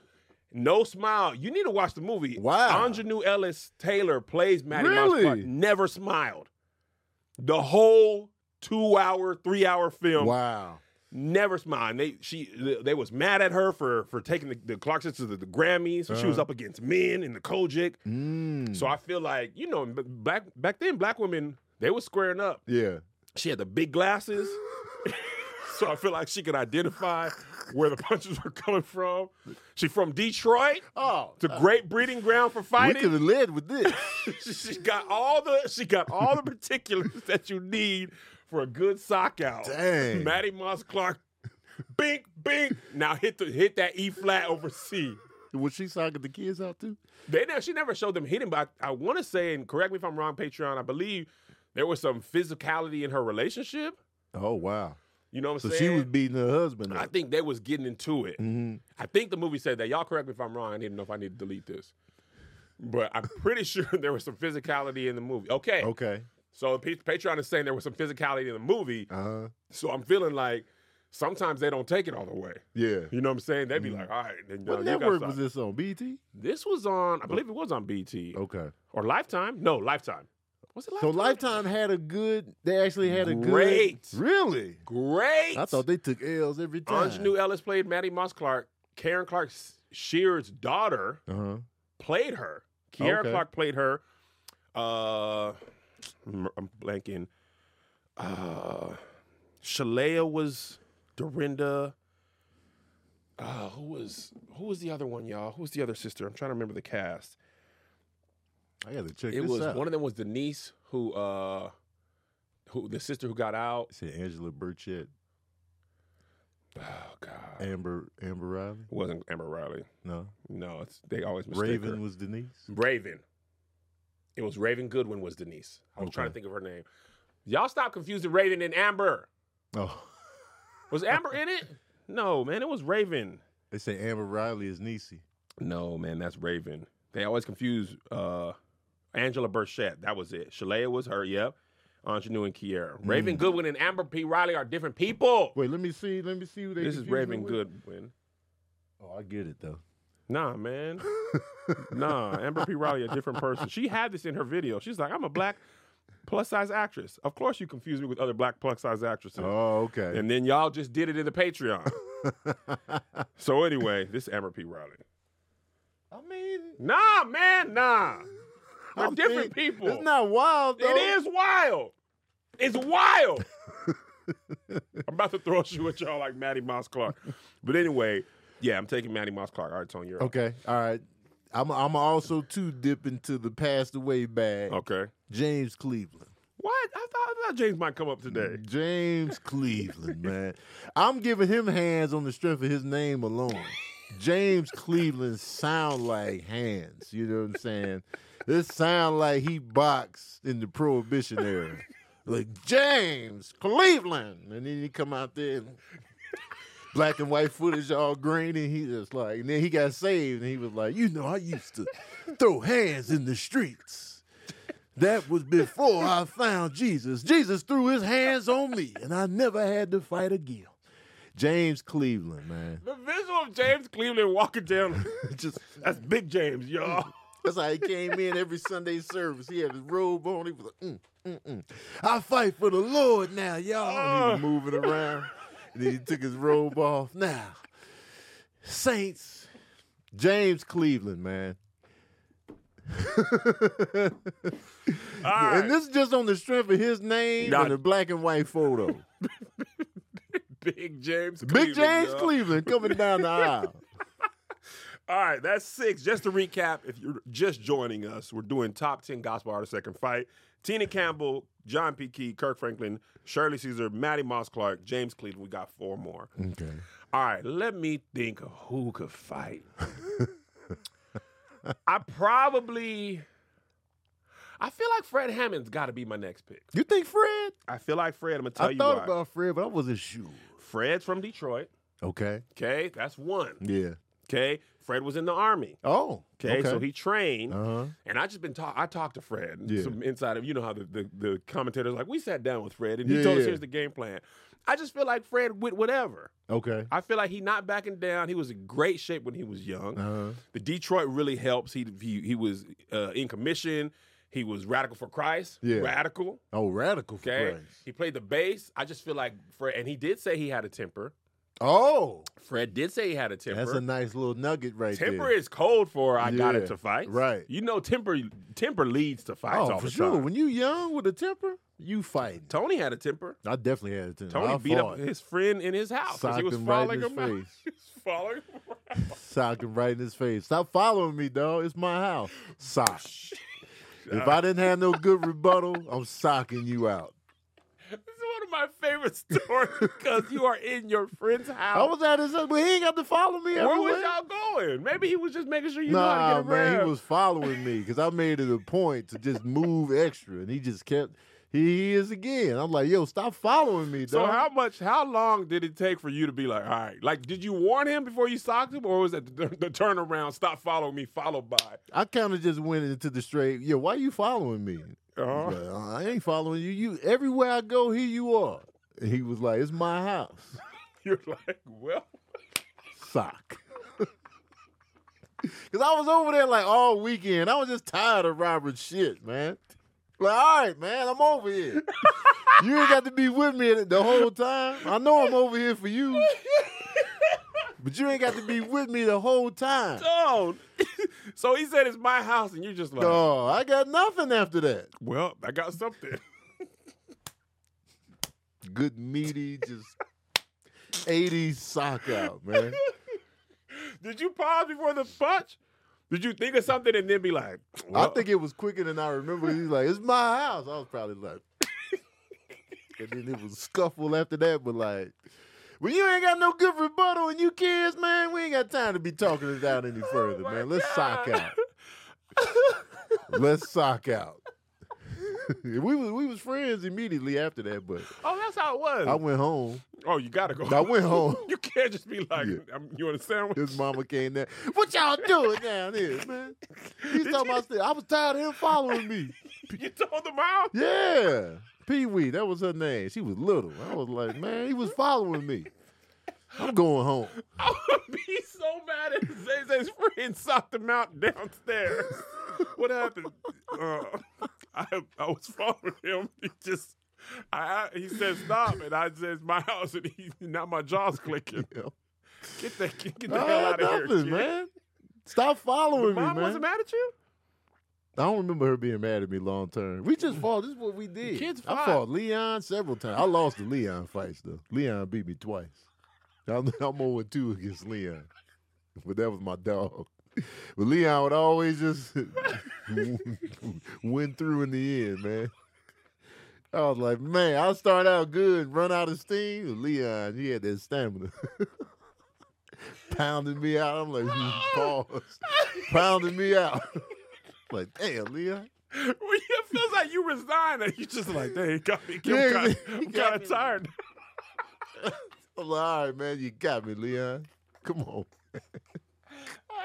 Speaker 2: no smile. You need to watch the movie.
Speaker 1: Wow.
Speaker 2: Anjanou Ellis Taylor plays Maddie Mouse Clark.
Speaker 1: Really?
Speaker 2: Never smiled. The whole two hour, three hour film.
Speaker 1: Wow.
Speaker 2: Never smiled. And they she they was mad at her for for taking the, the Clark sisters to the, the Grammys. So She
Speaker 1: Uh-huh.
Speaker 2: was up against men in the Kojic.
Speaker 1: Mm.
Speaker 2: So I feel like you know b- back back then black women they were squaring up.
Speaker 1: yeah.
Speaker 2: She had the big glasses. so I feel like she could identify where the punches were coming from. She from Detroit.
Speaker 1: Oh,
Speaker 2: It's a great breeding ground for
Speaker 1: we could
Speaker 2: fighting.
Speaker 1: have led with this.
Speaker 2: she she got all the she got all the particulars that you need for a good sock out.
Speaker 1: Dang.
Speaker 2: Maddie Moss Clark. Bink, bink. Now hit the hit that E flat over C.
Speaker 1: was she socking the kids out too?
Speaker 2: They never, she never showed them hitting, but I, I want to say, and correct me if I'm wrong, Patreon. I believe there was some physicality in her relationship.
Speaker 1: Oh wow.
Speaker 2: You know what
Speaker 1: So
Speaker 2: I'm
Speaker 1: she
Speaker 2: saying?
Speaker 1: was beating her husband.
Speaker 2: I
Speaker 1: Up. Mm-hmm.
Speaker 2: think they was getting into it.
Speaker 1: Mm.
Speaker 2: I think the movie said that. Y'all correct me if I'm wrong. I didn't know if I need to delete this, but I'm pretty sure there was some physicality in the movie. Okay,
Speaker 1: Okay.
Speaker 2: so P- Patreon is saying there was some physicality in the movie.
Speaker 1: Uh huh.
Speaker 2: So I'm feeling like sometimes they don't take it all the way.
Speaker 1: Yeah.
Speaker 2: You know what I'm saying? They'd be like, all right, then,
Speaker 1: Mm. What
Speaker 2: no, you
Speaker 1: network
Speaker 2: gotta
Speaker 1: was Oh.
Speaker 2: stop."
Speaker 1: this on? BT.
Speaker 2: This was on, I believe it was on BT
Speaker 1: Okay.
Speaker 2: or Lifetime. No, Lifetime. Was it
Speaker 1: Oh. So
Speaker 2: Lifetime?
Speaker 1: Lifetime had a good. They actually had a good.
Speaker 2: Great.
Speaker 1: Really.
Speaker 2: Great.
Speaker 1: I thought they took L's every time.
Speaker 2: Anjanou Ellis played Maddie Moss Clark. Karen Clark Shear's daughter
Speaker 1: Uh huh.
Speaker 2: played her. Kiara
Speaker 1: Okay.
Speaker 2: Clark played her. Uh, I'm I'm blanking. Uh, Shalea was Dorinda. Uh, who was who was the other one, y'all? Who was the other sister? I'm trying to remember the cast.
Speaker 1: I gotta check
Speaker 2: it
Speaker 1: this
Speaker 2: was
Speaker 1: out.
Speaker 2: one of them was Denise, who uh, who the sister who got out.
Speaker 1: It said Angela Burchett.
Speaker 2: Oh God.
Speaker 1: Amber Amber Riley?
Speaker 2: It wasn't Amber Riley.
Speaker 1: No.
Speaker 2: No, it's they always mistake
Speaker 1: Raven
Speaker 2: her.
Speaker 1: was
Speaker 2: Mm.
Speaker 1: Denise.
Speaker 2: Raven. It was Raven Goodwin was Denise. I was trying to
Speaker 1: Okay.
Speaker 2: think of her name. Y'all stop confusing Raven and Amber.
Speaker 1: Oh.
Speaker 2: Was Amber in it? No, man, it was Raven.
Speaker 1: They say Amber Riley is Niecy.
Speaker 2: No, man, that's Raven. They always confuse uh, Angela Burchett. That was it. Shalea was her. Yep. Ingenue and Kiera. Raven Goodwin and Amber P. Riley are different people.
Speaker 1: Wait, let me see. Let me see who they
Speaker 2: This is
Speaker 1: confused her
Speaker 2: Raven
Speaker 1: with.
Speaker 2: Goodwin.
Speaker 1: Oh, I get it though.
Speaker 2: Nah, man. nah, Amber P. Riley, a different person. She had this in her video. She's like, I'm a black plus size actress. Of course, you confuse me with other black plus size actresses.
Speaker 1: Oh, okay.
Speaker 2: And then y'all just did it in the Patreon. so anyway, this is Amber P. Riley.
Speaker 1: I mean,
Speaker 2: Nah, man, nah. We're
Speaker 1: I'm think-
Speaker 2: different people.
Speaker 1: It's not wild though.
Speaker 2: It is wild. It's wild. I'm about to throw a shoe at y'all like Maddie Moss Clark. But anyway, yeah, I'm taking Maddie Moss Clark. All right, Tony, you're up.
Speaker 1: Okay. All right. I'm I'm also too dip into the passed away bag.
Speaker 2: Okay.
Speaker 1: James Cleveland.
Speaker 2: What? I thought, I thought James might come up today.
Speaker 1: James Cleveland, man. I'm giving him hands on the strength of his name alone. James Cleveland sound like hands. You know what I'm saying? This sound like he boxed in the Prohibition era. Like James Cleveland, and then he come out there and black and white footage all green, and he just like, and then he got saved, and he was like, you know, I used to throw hands in the streets. That was before I found Jesus. Jesus threw his hands on me, and I never had to fight again. James Cleveland, man.
Speaker 2: The visual of James Cleveland walking down,
Speaker 1: Just
Speaker 2: that's big James, y'all.
Speaker 1: that's how he came in every Sunday service. He had his robe on. He was like, mm, mm, mm. I fight for the Lord now, y'all. And he was moving around. And then he took his robe off. Now, Saints, James Cleveland, man.
Speaker 2: All right.
Speaker 1: And this is just on the strength of his name
Speaker 2: Nah.
Speaker 1: and the black and white photo.
Speaker 2: big James
Speaker 1: Big James
Speaker 2: y'all.
Speaker 1: Cleveland coming down the aisle.
Speaker 2: All right, that's six. Just to recap, if you're just joining us, we're doing top 10 gospel artists that can fight. Tina Campbell, John P. Key, Kirk Franklin, Shirley Caesar, Maddie Moss Clark, James Cleveland. We got four more.
Speaker 1: Okay.
Speaker 2: All right, let me think of who could fight. I probably, I feel like Fred Hammond's got to be my next pick.
Speaker 1: You think Fred?
Speaker 2: I feel like Fred. I'm gonna tell
Speaker 1: I
Speaker 2: you
Speaker 1: thought
Speaker 2: why.
Speaker 1: about Fred, but I wasn't sure.
Speaker 2: Fred's from Detroit.
Speaker 1: Okay.
Speaker 2: Okay, that's one.
Speaker 1: Yeah.
Speaker 2: Okay, Fred was in the army.
Speaker 1: Oh.
Speaker 2: Okay, so he trained.
Speaker 1: Uh-huh.
Speaker 2: And I just been talk. I talked to Fred.
Speaker 1: Yeah.
Speaker 2: Some inside of you know how the, the the commentators like we sat down with Fred and he
Speaker 1: Yeah,
Speaker 2: told us
Speaker 1: yeah.
Speaker 2: here's the game plan. I just feel like Fred with whatever.
Speaker 1: Okay.
Speaker 2: I feel like he not backing down. He was in great shape when he was young.
Speaker 1: Uh-huh.
Speaker 2: The Detroit really helps. He he, he was uh, in commission. He was radical for Christ.
Speaker 1: Yeah.
Speaker 2: Radical.
Speaker 1: Oh, radical
Speaker 2: Okay.
Speaker 1: Fred.
Speaker 2: He played the bass. I just feel like Fred, and he did say he had a temper.
Speaker 1: Oh,
Speaker 2: Fred did say he had a temper.
Speaker 1: that's a nice little nugget right
Speaker 2: temper
Speaker 1: there.
Speaker 2: is cold for I got
Speaker 1: Yeah,
Speaker 2: it to fight.
Speaker 1: right.
Speaker 2: You know, temper temper leads to fights
Speaker 1: oh,
Speaker 2: all
Speaker 1: for
Speaker 2: the
Speaker 1: sure.
Speaker 2: time.
Speaker 1: When you young with a temper, you fighting.
Speaker 2: Tony had a temper.
Speaker 1: I definitely had a temper.
Speaker 2: Tony
Speaker 1: I
Speaker 2: beat
Speaker 1: fought.
Speaker 2: up his friend in his house. 'cause
Speaker 1: Socked
Speaker 2: He was
Speaker 1: him right in
Speaker 2: following
Speaker 1: his
Speaker 2: him out.
Speaker 1: face.
Speaker 2: He was following him around.
Speaker 1: Sock him right in his face. Stop following me, dog. It's my house. Sock. if I didn't have no good rebuttal, I'm socking you out.
Speaker 2: This is one of my favorite stories because you are in your friend's
Speaker 1: I
Speaker 2: house.
Speaker 1: was at his, but he ain't got to follow me.
Speaker 2: Where was
Speaker 1: everywhere.
Speaker 2: y'all going? Maybe he was just making sure you know how
Speaker 1: Nah,
Speaker 2: to get around.
Speaker 1: man, he was following me because I made it a point to just move extra, and he just kept. He is again. I'm like, yo, stop following me, dog.
Speaker 2: so how much? How long did it take for you to be like, all right? Like, did you warn him before you socked him, or was it the, the turnaround? Stop following me, followed by.
Speaker 1: I kind of just went into the straight. Yo, why you following me? I
Speaker 2: Uh-huh.
Speaker 1: was like, "Uh, I ain't following you. You everywhere I go, here you are. And he was like, it's my house.
Speaker 2: You're like, well,
Speaker 1: Sock. Cause I was over there like all weekend. I was just tired of Robert's shit, man. Like, all right, man, I'm over here. you ain't got to be with me the whole time. I know I'm over here for you. But you ain't got to be with me the whole time.
Speaker 2: do so he said it's my house, and you're just like,
Speaker 1: Oh, I got nothing after that.
Speaker 2: well, I got something.
Speaker 1: good meaty, just 80s sock out, man.
Speaker 2: Did you pause before the punch? Did you think of something and then be like,
Speaker 1: I think it was quicker than I remember. He was like, it's my house. I was probably like, and then it was scuffle after that, but like, When you ain't got no good rebuttal and you kids, man, we ain't got time to be talking it out any further,
Speaker 2: Oh my
Speaker 1: man. Let's sock
Speaker 2: God.
Speaker 1: out. Let's sock out. we was we was friends immediately after that, but
Speaker 2: Oh, that's how it was.
Speaker 1: I went home.
Speaker 2: oh, you gotta go.
Speaker 1: I went home.
Speaker 2: you can't just be like,
Speaker 1: Yeah.
Speaker 2: I'm, you want a sandwich?
Speaker 1: His mama came down. What y'all doing down here, man? He's talking about stuff. I was tired of him following me.
Speaker 2: you told them out.
Speaker 1: Yeah. Pee Wee, that was her name. She was little. I was like, man, he was following me. I'm going home.
Speaker 2: I would be so mad at Zay's friend socked him out downstairs. What happened? Uh, I I was following him. He just I I- he said stop, and I said "It's my house, and he now my jaw's clicking.
Speaker 1: Yeah.
Speaker 2: Get the get the hell
Speaker 1: Ah,
Speaker 2: out of here,
Speaker 1: nothing,
Speaker 2: kid.
Speaker 1: man. Stop
Speaker 2: Your
Speaker 1: following me,
Speaker 2: Mom
Speaker 1: man.
Speaker 2: wasn't mad at you.
Speaker 1: I don't remember her being mad at me long term. We just fought. This is what we did.
Speaker 2: kids
Speaker 1: I
Speaker 2: fought.
Speaker 1: fought Leon several times. I lost the Leon fights though. Leon beat me twice. I'm, I'm 0 2 against Leon, but that was my dog. But Leon would always just win through in the end, man. I was like, man, I start out good, run out of steam. Leon, he had that stamina. Pounding me out. I'm like, pause. Pounding me out. like, damn, Leon.
Speaker 2: Well, it feels like you resigned. and You just like, dang, he got me.
Speaker 1: Yeah,
Speaker 2: I'm kind
Speaker 1: he- he
Speaker 2: of
Speaker 1: got me.
Speaker 2: tired.
Speaker 1: I'm like, all right, man, you got me, Leon. Come on.
Speaker 2: All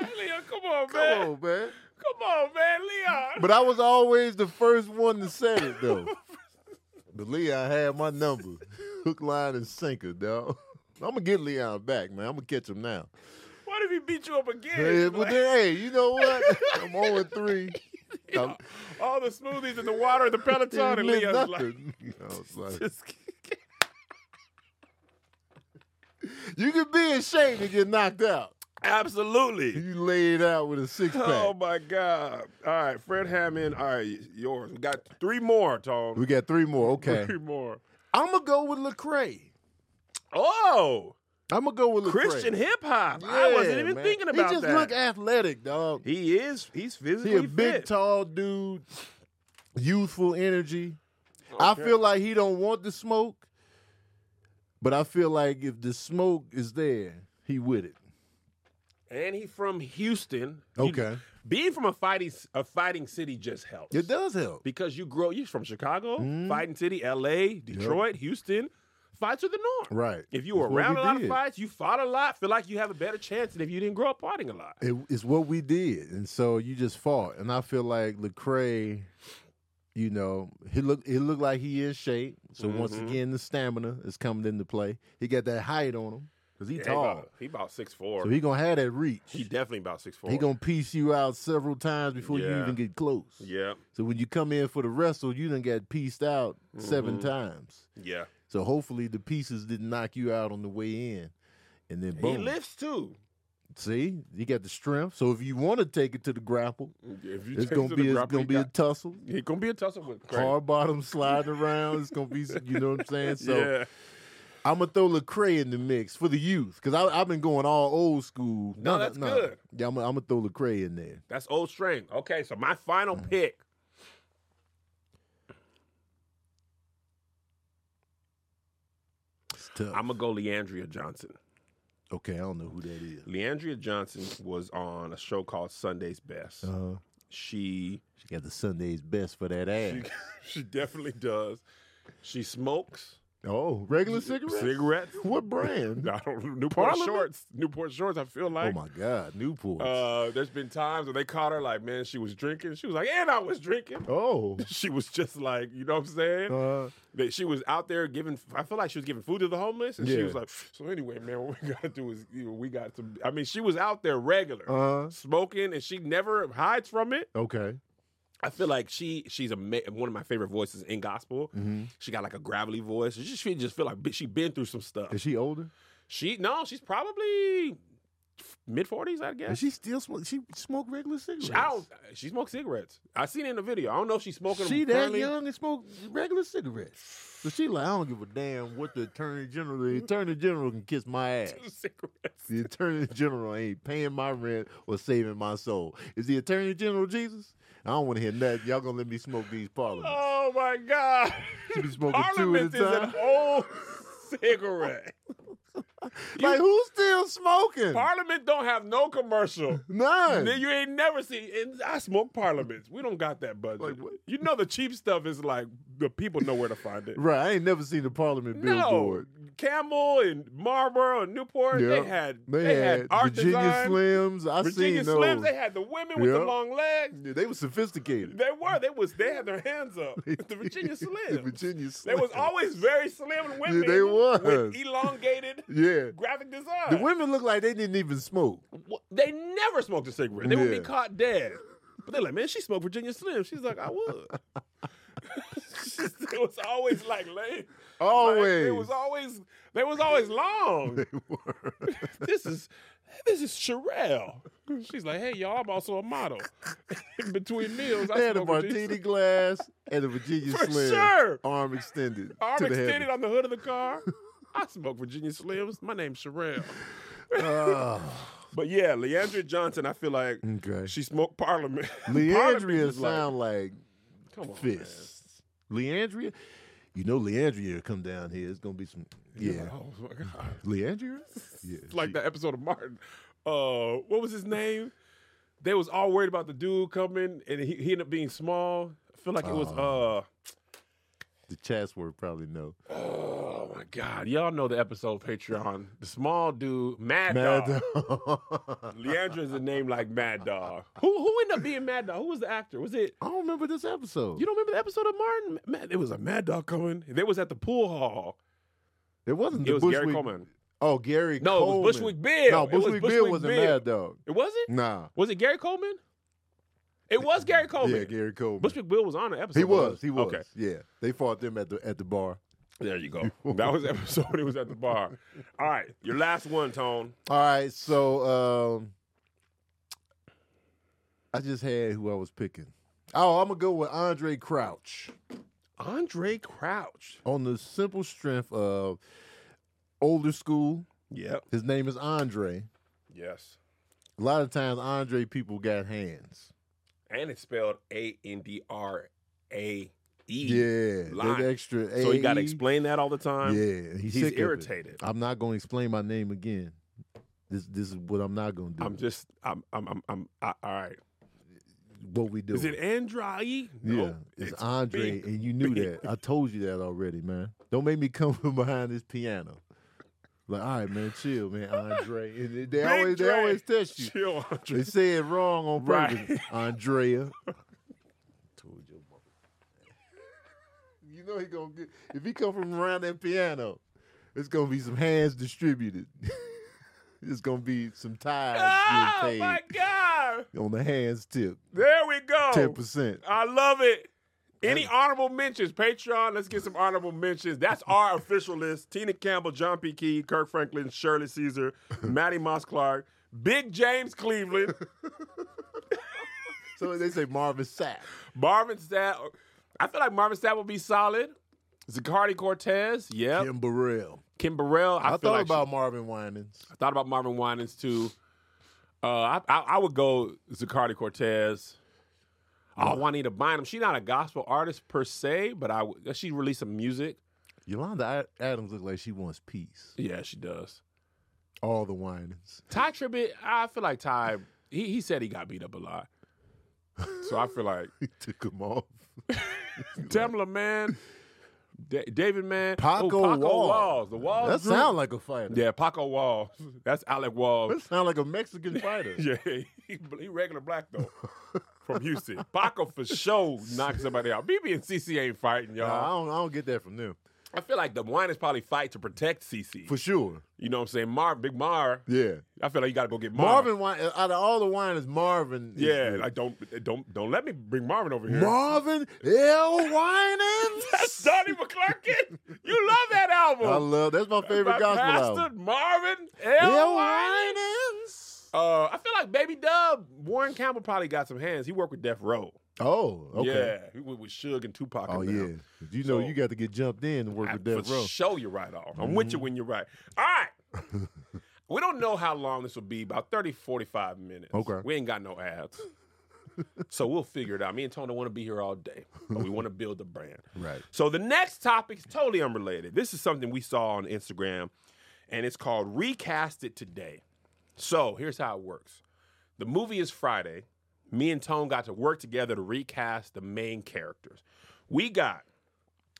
Speaker 2: right, Leon, come on,
Speaker 1: Come
Speaker 2: man.
Speaker 1: on, man.
Speaker 2: Come on, man, Leon.
Speaker 1: But I was always the first one to say it, though. but Leon had my number. Hook, line, and sinker, dog. I'm going to get Leon back, man. I'm going to catch him now.
Speaker 2: what if he beat you up again?
Speaker 1: Hey, but
Speaker 2: Like-
Speaker 1: then, hey, you know what? I'm 0 3. I'm,
Speaker 2: all the smoothies and the water and the Peloton
Speaker 1: it
Speaker 2: and
Speaker 1: meant
Speaker 2: Leo's like,
Speaker 1: nothing. I was like,
Speaker 2: just,
Speaker 1: you can be ashamed to get knocked out.
Speaker 2: absolutely.
Speaker 1: You laid out with a six pack.
Speaker 2: Oh my God! All right, Fred Hammond. All right, yours. We got three more, Tom.
Speaker 1: we got three more. Okay.
Speaker 2: Three more.
Speaker 1: I'm going to go with Lecrae.
Speaker 2: Oh,
Speaker 1: I'm going to go with Lecrae.
Speaker 2: Christian hip hop. I wasn't
Speaker 1: Yeah,
Speaker 2: even
Speaker 1: man.
Speaker 2: thinking about
Speaker 1: He just
Speaker 2: that.
Speaker 1: look athletic, dog.
Speaker 2: he is. He's physically
Speaker 1: He a big,
Speaker 2: fit.
Speaker 1: tall dude, youthful energy. I feel like he don't want the smoke, but I feel like if the smoke is there, he with it.
Speaker 2: and he from Houston. You-
Speaker 1: Okay,
Speaker 2: being from a fighting a fighting city just helps.
Speaker 1: it Hmm? does help.
Speaker 2: because you grow. You're from Chicago, fighting city, L.A., Detroit, Houston. Fights are the norm.
Speaker 1: Right.
Speaker 2: If you were
Speaker 1: It's what
Speaker 2: around
Speaker 1: we
Speaker 2: a lot
Speaker 1: did.
Speaker 2: of fights, you fought a lot, feel like you have a better chance than if you didn't grow up fighting a lot.
Speaker 1: It- it's what we did, and so you just fought. And I feel like Lecrae, you know, he look he looked like he is shape. So once
Speaker 2: Mhm.
Speaker 1: again, the stamina is coming into play. He got that height on him because he tall,
Speaker 2: He about six four.
Speaker 1: so he gonna have that reach.
Speaker 2: he definitely about six four.
Speaker 1: He gonna piece you out several times before you
Speaker 2: Yeah.
Speaker 1: even get close.
Speaker 2: yeah,
Speaker 1: So when you come in for the wrestle, you done got pieced out seven
Speaker 2: Mhm.
Speaker 1: times.
Speaker 2: yeah.
Speaker 1: So hopefully the pieces didn't knock you out on the way in. And then boom.
Speaker 2: He lifts too.
Speaker 1: See, you got the strength. So if you want to take it to the grapple,
Speaker 2: If you
Speaker 1: it's
Speaker 2: take
Speaker 1: gonna
Speaker 2: to
Speaker 1: be
Speaker 2: the
Speaker 1: it's
Speaker 2: grapple,
Speaker 1: gonna
Speaker 2: he
Speaker 1: be a
Speaker 2: got-
Speaker 1: tussle.
Speaker 2: it's gonna be a tussle with Craig.
Speaker 1: Hard bottom sliding around. It's gonna be you know what I'm saying. So
Speaker 2: yeah,
Speaker 1: I'm gonna throw Lecrae in the mix for the youth because I've been going all old school.
Speaker 2: No, that's good.
Speaker 1: Yeah, I'm gonna I'm gonna throw Lecrae in there.
Speaker 2: that's old strength. Okay, so my final
Speaker 1: Mm.
Speaker 2: pick.
Speaker 1: It's tough.
Speaker 2: I'm gonna go Leandria Johnson.
Speaker 1: okay, I don't know who that is.
Speaker 2: Leandria Johnson was on a show called Sunday's Best.
Speaker 1: Uh-huh.
Speaker 2: She
Speaker 1: She got the Sunday's best for that ass.
Speaker 2: she, she definitely does. She smokes
Speaker 1: oh, regular cigarettes?
Speaker 2: cigarettes.
Speaker 1: What brand?
Speaker 2: I don't Newport
Speaker 1: Parliament?
Speaker 2: shorts. Newport shorts. I feel
Speaker 1: oh
Speaker 2: like.
Speaker 1: my God, Newport.
Speaker 2: uh, there's been times when they caught her like, man, she was drinking. She was like, and I was drinking.
Speaker 1: oh.
Speaker 2: She was just like, you know what I'm saying?
Speaker 1: Uh,
Speaker 2: That she was out there giving. I feel like she was giving food to the homeless, and she
Speaker 1: Yeah.
Speaker 2: was like, so anyway, man, what we gotta do is, you know, we got to. I mean, she was out there regular.
Speaker 1: uh,
Speaker 2: Smoking and she never hides from it.
Speaker 1: okay.
Speaker 2: I feel like she she's a ma- one of my favorite voices in gospel.
Speaker 1: Mm-hmm.
Speaker 2: She got like a gravelly voice. She just, she just feel like bi- she been through some stuff.
Speaker 1: Is she older?
Speaker 2: She no, she's probably mid forties, I guess.
Speaker 1: Is she still smoke? She smoke regular cigarettes?
Speaker 2: She- I don't. She smokes cigarettes. I seen it in the video. I don't know if she's smoking.
Speaker 1: She
Speaker 2: them
Speaker 1: that
Speaker 2: currently.
Speaker 1: young and smoke regular cigarettes. So she like, I don't give a damn what the attorney general. The attorney general can kiss my ass.
Speaker 2: cigarettes.
Speaker 1: The attorney general ain't paying my rent or saving my soul. Is the attorney general Jesus? I don't want to hear nothing. Y'all gonna let me smoke these parliaments?
Speaker 2: Oh my god!
Speaker 1: She be smoking two at a
Speaker 2: Parliament is an
Speaker 1: time.
Speaker 2: old cigarette.
Speaker 1: like who's still smoking?
Speaker 2: Parliament don't have no commercial.
Speaker 1: None.
Speaker 2: Then you ain't never see. And I smoke parliaments. We don't got that budget.
Speaker 1: Like what?
Speaker 2: You know the cheap stuff is like the people know where to find it.
Speaker 1: Right, I ain't never seen the Parliament
Speaker 2: No,
Speaker 1: billboard.
Speaker 2: Camel and Marlboro and Newport.
Speaker 1: Yep.
Speaker 2: They had
Speaker 1: They,
Speaker 2: had,
Speaker 1: had
Speaker 2: art
Speaker 1: Virginia
Speaker 2: design.
Speaker 1: Slims. I seen
Speaker 2: Virginia
Speaker 1: those.
Speaker 2: Slims. They had the women with the
Speaker 1: Yep.
Speaker 2: long legs.
Speaker 1: Yeah, they were sophisticated.
Speaker 2: They were. They was. They had their hands up. The Virginia
Speaker 1: The
Speaker 2: Slims.
Speaker 1: Virginia Slims.
Speaker 2: They was always very slim women.
Speaker 1: they was.
Speaker 2: with elongated
Speaker 1: yeah.
Speaker 2: graphic design.
Speaker 1: The women looked like they didn't even smoke.
Speaker 2: Wha- They never smoked a cigarette. They would be
Speaker 1: Yeah.
Speaker 2: caught dead. But they're like, man, she smoked Virginia Slim. She's like, I would. it was always like late.
Speaker 1: Always.
Speaker 2: it was always they was always long.
Speaker 1: They were.
Speaker 2: this is this is Sherelle. She's like, hey y'all, I'm also a model. In between meals, I
Speaker 1: They had a
Speaker 2: smoke Virginia
Speaker 1: martini glass and a Virginia
Speaker 2: For
Speaker 1: Slim.
Speaker 2: sure.
Speaker 1: Arm extended.
Speaker 2: Arm
Speaker 1: to the
Speaker 2: extended on the hood of the car. I smoke Virginia Slims. My name's Sherelle.
Speaker 1: heaven. Oh,
Speaker 2: But yeah, Leandra Johnson, I feel like
Speaker 1: okay.
Speaker 2: she smoked Parliament. Parliament
Speaker 1: Leandria
Speaker 2: was like,
Speaker 1: sound like
Speaker 2: Come on,
Speaker 1: fists. Leandria? You know Leandria come down here. It's gonna be some
Speaker 2: man.
Speaker 1: Yeah.
Speaker 2: Oh my god.
Speaker 1: Leandria? Yeah.
Speaker 2: It's like that episode of Martin. Uh, what was his name? They was all worried about the dude coming, and he, he ended up being small. I feel like it was. Uh,
Speaker 1: The Chatsworth probably know.
Speaker 2: oh my god, y'all know the episode of Patreon. The small dude, Mad,
Speaker 1: Mad
Speaker 2: Dog.
Speaker 1: Dog.
Speaker 2: Leandra is a name like Mad Dog. Who who ended up being Mad Dog? Who was the actor? Was it?
Speaker 1: I don't remember this episode.
Speaker 2: You don't remember the episode of Martin? Man, it was a Mad Dog coming. They was at the pool hall.
Speaker 1: it wasn't
Speaker 2: It
Speaker 1: the
Speaker 2: was
Speaker 1: Bushwick.
Speaker 2: Gary Coleman.
Speaker 1: Oh, Gary
Speaker 2: No,
Speaker 1: Coleman.
Speaker 2: it was Bushwick Bill.
Speaker 1: No,
Speaker 2: It was
Speaker 1: Bushwick Bill
Speaker 2: Bushwick
Speaker 1: wasn't
Speaker 2: Bill.
Speaker 1: Mad Dog.
Speaker 2: It wasn't.
Speaker 1: Nah.
Speaker 2: Was it Gary Coleman? It was Gary Coleman.
Speaker 1: Yeah, Gary Coleman.
Speaker 2: Bushwick Bill was on the episode.
Speaker 1: he was.
Speaker 2: wasn't
Speaker 1: He was.
Speaker 2: Okay.
Speaker 1: Yeah. They fought them at the at the bar.
Speaker 2: There you go. that was the episode. He was at the bar. All right. Your last one, Tone.
Speaker 1: All right, so um I just had who I was picking. Oh, I'm gonna go with Andre Crouch
Speaker 2: Andre Crouch.
Speaker 1: on the simple strength of older school.
Speaker 2: Yep.
Speaker 1: His name is Andre.
Speaker 2: Yes.
Speaker 1: A lot of times, Andre people got hands.
Speaker 2: And it's spelled A N D R A E.
Speaker 1: Yeah,
Speaker 2: Line.
Speaker 1: that extra.
Speaker 2: So you got to
Speaker 1: AE.
Speaker 2: explain that all the time.
Speaker 1: Yeah, he's,
Speaker 2: He's
Speaker 1: sick of it.
Speaker 2: irritated.
Speaker 1: I'm not gonna explain my name again. This this is what I'm not gonna do.
Speaker 2: I'm just. I'm. I'm. I'm. I'm I, all right.
Speaker 1: what we do.
Speaker 2: Is it Andre?
Speaker 1: Yeah,
Speaker 2: No,
Speaker 1: it's, Andre,
Speaker 2: big.
Speaker 1: and you knew that. I told you that already, man. Don't make me come from behind this piano. Like, all right, man, chill, man, Andre. And they- they
Speaker 2: Big
Speaker 1: always they
Speaker 2: Dre.
Speaker 1: always test you.
Speaker 2: Chill, Andre.
Speaker 1: They say it wrong on purpose,
Speaker 2: Right.
Speaker 1: Andrea. told your mother. You know he gonna get if he come from around that piano. It's gonna be some hands distributed. it's gonna be some ties
Speaker 2: Oh
Speaker 1: being
Speaker 2: my Oh.
Speaker 1: paid
Speaker 2: God!
Speaker 1: on the hands tip,
Speaker 2: There we go.
Speaker 1: ten percent.
Speaker 2: I love it. Any honorable mentions? Patreon, let's get some honorable mentions. That's our official list. Tina Campbell, John P. Key, Kirk Franklin, Shirley Caesar, Maddie Moss Clark, Big James Cleveland,
Speaker 1: So they say Marvin Sapp.
Speaker 2: Marvin Sapp. I feel like Marvin Sapp will be solid. Zicardi Cortez, yeah.
Speaker 1: Kim
Speaker 2: Kim,
Speaker 1: Burrell.
Speaker 2: Burrell. I,
Speaker 1: I,
Speaker 2: feel
Speaker 1: thought
Speaker 2: like she-
Speaker 1: about Marvin Winans.
Speaker 2: I thought about Marvin Winans too. Uh, I, I I would go Zicardi Cortez. Oh, Juanita Bynum. She's not a gospel artist per se, but I would- she released some music.
Speaker 1: Yolanda A- Adams looked like she wants peace.
Speaker 2: Yeah, she does.
Speaker 1: All the Winans.
Speaker 2: Ty Tribbett, I feel like Ty. He he said he got beat up a lot, so I feel like
Speaker 1: He took them off.
Speaker 2: Tamla man, Da- David man, Oh,
Speaker 1: Paco Wall.
Speaker 2: Walls, the Walls.
Speaker 1: That
Speaker 2: group.
Speaker 1: sound like a fighter.
Speaker 2: yeah, Paco Walls. That's Alec Walls.
Speaker 1: That sound like a Mexican fighter.
Speaker 2: Yeah, he, he regular black though. From Houston, Paco for sure knocked somebody out. BB and CC ain't fighting,
Speaker 1: Nah, I
Speaker 2: y'all.
Speaker 1: don't. I don't get that from them
Speaker 2: I feel like the wine is probably fight to protect CC.
Speaker 1: for sure.
Speaker 2: You know what I'm saying? Mar, Big Mar.
Speaker 1: Yeah,
Speaker 2: I feel like you got to go get Mar.
Speaker 1: Marvin. Win- out of all the Winans, Marvin. is
Speaker 2: Yeah,
Speaker 1: the-
Speaker 2: like don't eh, don't don't let me bring Marvin over here.
Speaker 1: Marvin L. Winans.
Speaker 2: That's Donnie McClurkin. You love that album.
Speaker 1: I love. That's my favorite
Speaker 2: By
Speaker 1: gospel
Speaker 2: Pastor
Speaker 1: album.
Speaker 2: Marvin
Speaker 1: L.
Speaker 2: L. Wine.
Speaker 1: Winans.
Speaker 2: Uh, I feel like Baby Dub, Warren Campbell probably got some hands. He worked with Death Row.
Speaker 1: Oh, okay.
Speaker 2: Yeah, he went with Suge and Tupac.
Speaker 1: Oh
Speaker 2: and them.
Speaker 1: yeah. You know
Speaker 2: So-
Speaker 1: you got to get jumped in to work
Speaker 2: I,
Speaker 1: with Mm-hmm. Death
Speaker 2: for
Speaker 1: Row.
Speaker 2: show you're right off. I'm with you when you're right. All right. we don't know how long this will be, about 30, 45 minutes.
Speaker 1: Okay.
Speaker 2: We ain't got no ads. so we'll figure it out. Me and Tony want to be here all day, but we want to build the brand.
Speaker 1: Right.
Speaker 2: So the next topic is totally unrelated. This is something we saw on Instagram, and it's called Recast It Today. So here's how it works the movie is Friday. Me and Tone got to work together to recast the main characters. We got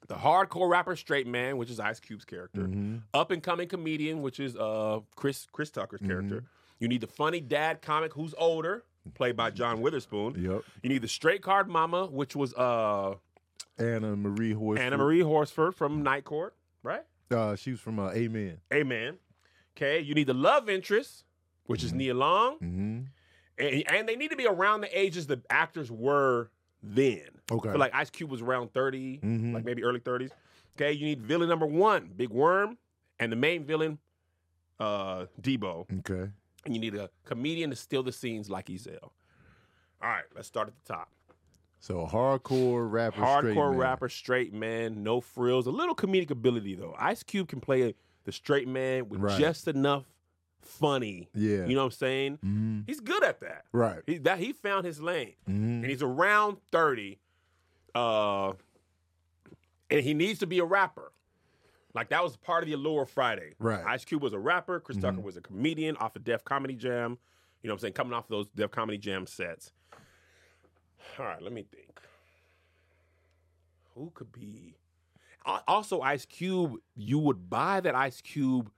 Speaker 2: the hardcore rapper Straight Man, which is Ice Cube's character,
Speaker 1: Mm-hmm.
Speaker 2: up and coming comedian, which is uh Chris Chris Tucker's character. You need the funny dad comic who's older, played by John Witherspoon.
Speaker 1: Yep.
Speaker 2: You need the straight card mama, which was uh
Speaker 1: Anna Marie Horse.
Speaker 2: Anna Marie Horsford from Night Court, right?
Speaker 1: Uh, she was from uh, Amen.
Speaker 2: Amen. Okay, you need the love interest, which is Nia Long,
Speaker 1: Mm-hmm.
Speaker 2: and, and they need to be around the ages the actors were then.
Speaker 1: Okay.
Speaker 2: So, like Ice Cube was around 30,
Speaker 1: Mhm.
Speaker 2: like maybe early 30s. Okay, you need villain number one, Big Worm, and the main villain, uh, Debo.
Speaker 1: okay.
Speaker 2: And you need a comedian to steal the scenes like Ezel. All right, let's start at the top.
Speaker 1: So hardcore rapper. straight
Speaker 2: Hardcore
Speaker 1: man.
Speaker 2: rapper, straight man, no frills, a little comedic ability though. Ice Cube can play the straight man with
Speaker 1: Right.
Speaker 2: just enough funny.
Speaker 1: Yeah.
Speaker 2: You know what I'm saying?
Speaker 1: hmm
Speaker 2: He's good at that.
Speaker 1: Right.
Speaker 2: He that he found his lane.
Speaker 1: hmm
Speaker 2: And he's around 30. Uh and he needs to be a rapper. Like that was part of the allure of Friday.
Speaker 1: Right.
Speaker 2: Ice Cube was a rapper, Chris Tucker was a comedian off of Def Comedy Jam. You know what I'm saying? Coming off those Def Comedy Jam sets. All right, let me think. Who could be Al- also Ice Cube, you would buy that Ice Cube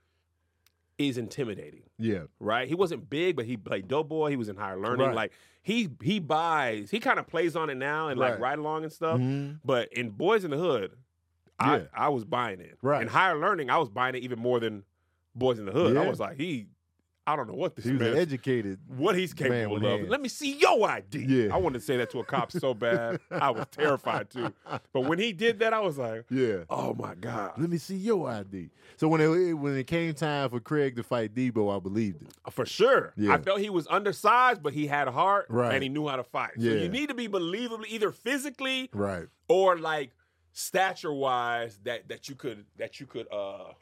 Speaker 2: is intimidating
Speaker 1: Yeah.
Speaker 2: right? He wasn't big, but he played Doughboy. He was in Higher Learning.
Speaker 1: Right.
Speaker 2: Like he he buys, he kind of plays on it now and like
Speaker 1: Right.
Speaker 2: ride along and stuff.
Speaker 1: Mhm.
Speaker 2: But in Boys in the Hood,
Speaker 1: Yeah.
Speaker 2: I I was buying it.
Speaker 1: Right.
Speaker 2: In Higher Learning, I was buying it even more than Boys in the Hood. I
Speaker 1: Yeah.
Speaker 2: was like, he, I don't know what this
Speaker 1: He was
Speaker 2: man,
Speaker 1: educated.
Speaker 2: what he's
Speaker 1: man
Speaker 2: capable
Speaker 1: with
Speaker 2: of.
Speaker 1: hands.
Speaker 2: Let me see your ID.
Speaker 1: Yeah.
Speaker 2: I wanted to say that to a cop so bad, I was terrified too. But when he did that, I was like,
Speaker 1: Yeah.
Speaker 2: oh my god,
Speaker 1: Let me see your ID. So when it when it came time for Craig to fight Debo, I believed it.
Speaker 2: For sure. I
Speaker 1: Yeah.
Speaker 2: felt he was undersized, but he had heart
Speaker 1: Right.
Speaker 2: and he knew how to fight. So
Speaker 1: Yeah.
Speaker 2: you need to be believably either physically
Speaker 1: Right.
Speaker 2: or like stature wise that that you could that you could uh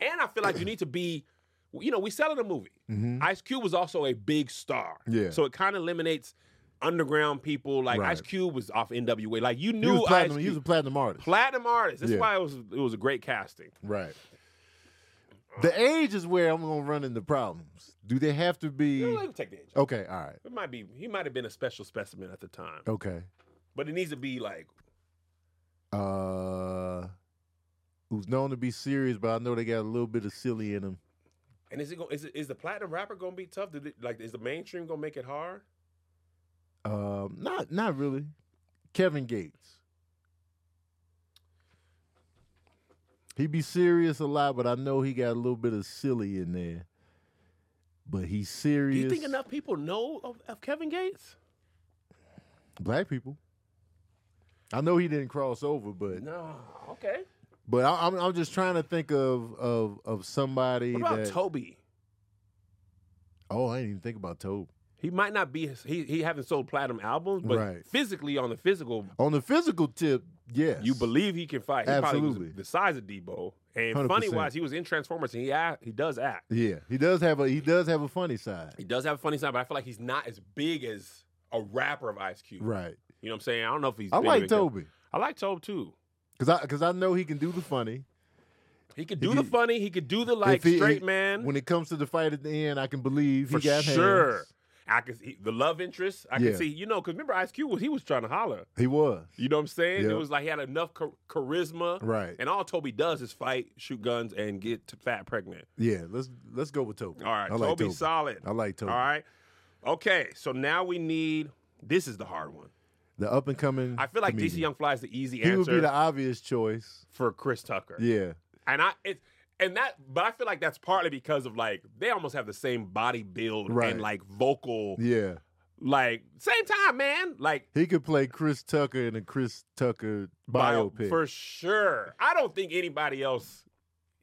Speaker 2: and I feel like you need to be you know, we sell it a movie.
Speaker 1: hmm
Speaker 2: Ice Cube was also a big star.
Speaker 1: Yeah.
Speaker 2: So it kind of eliminates underground people. Like
Speaker 1: Right.
Speaker 2: Ice Cube was off NWA. Like you
Speaker 1: He
Speaker 2: knew
Speaker 1: was
Speaker 2: Ice
Speaker 1: platinum. He was a
Speaker 2: Cube.
Speaker 1: platinum artist.
Speaker 2: platinum artist. That's
Speaker 1: Yeah.
Speaker 2: why it was it was a great casting.
Speaker 1: Right. The age is where I'm gonna run into problems. Do they have to
Speaker 2: You know,
Speaker 1: be?
Speaker 2: let me take the age.
Speaker 1: Okay. All right.
Speaker 2: It might be he might have been a special specimen at the time.
Speaker 1: Okay.
Speaker 2: But it needs to be like
Speaker 1: Uh, who's known to be serious, but I know they got a little bit of silly in them.
Speaker 2: And is it going is it, is the platinum rapper gonna be tough? Did it, like is the mainstream gonna make it hard?
Speaker 1: Um, not not really. Kevin Gates. He be serious a lot, but I know he got a little bit of silly in there. But he's serious.
Speaker 2: Do you think enough people know of, of Kevin Gates?
Speaker 1: black people? I know he didn't cross over, but
Speaker 2: No. Okay.
Speaker 1: but I, I'm I'm just trying to think of of of somebody
Speaker 2: What about
Speaker 1: that.
Speaker 2: Toby?
Speaker 1: oh, I didn't even think about Tobe
Speaker 2: He might not be he he haven't sold platinum albums, but
Speaker 1: Right.
Speaker 2: physically on the physical,
Speaker 1: on the physical tip. Yes,
Speaker 2: you believe he can fight. He probably was
Speaker 1: Absolutely.
Speaker 2: the size of Debo, and
Speaker 1: 100%.
Speaker 2: funny wise, he was in Transformers, and he act, he does act.
Speaker 1: Yeah, he does have a he does have a funny side.
Speaker 2: He does have a funny side, but I feel like he's not as big as a rapper of Ice Cube.
Speaker 1: Right.
Speaker 2: You know what I'm saying? I don't know if he's.
Speaker 1: I
Speaker 2: bigger
Speaker 1: like
Speaker 2: than Kevin-
Speaker 1: Toby
Speaker 2: I like Toby too.
Speaker 1: because I because I know he can do the funny.
Speaker 2: He could do
Speaker 1: If
Speaker 2: the
Speaker 1: he-
Speaker 2: funny. He could do the like
Speaker 1: If he-
Speaker 2: straight
Speaker 1: he-
Speaker 2: man.
Speaker 1: When it comes to the fight at the end, I can believe he
Speaker 2: for
Speaker 1: got
Speaker 2: sure.
Speaker 1: hands.
Speaker 2: I can see the love interest. I
Speaker 1: Yeah.
Speaker 2: can see, you know, because remember Ice Cube was he was trying to holler.
Speaker 1: He was
Speaker 2: You know what I'm saying? It
Speaker 1: Yep.
Speaker 2: was like he had enough char- charisma,
Speaker 1: right.
Speaker 2: and all Toby does is fight, shoot guns, and get t- fat pregnant.
Speaker 1: Yeah, let's let's go with Toby.
Speaker 2: All right,
Speaker 1: I
Speaker 2: Toby,
Speaker 1: like Toby.
Speaker 2: solid.
Speaker 1: I like Toby.
Speaker 2: All right, okay. So now we need this is the hard one.
Speaker 1: The up and coming.
Speaker 2: I feel like DC
Speaker 1: comedian.
Speaker 2: Young Fly is the easy
Speaker 1: He would
Speaker 2: answer
Speaker 1: be the obvious choice.
Speaker 2: for Chris Tucker.
Speaker 1: Yeah,
Speaker 2: and I it's and that but I feel like that's partly because of like they almost have the same body build
Speaker 1: Right.
Speaker 2: and like vocal
Speaker 1: yeah.
Speaker 2: like same time, man. Like
Speaker 1: He could play Chris Tucker in a Chris Tucker
Speaker 2: bio-
Speaker 1: biopic.
Speaker 2: for sure. I don't think anybody else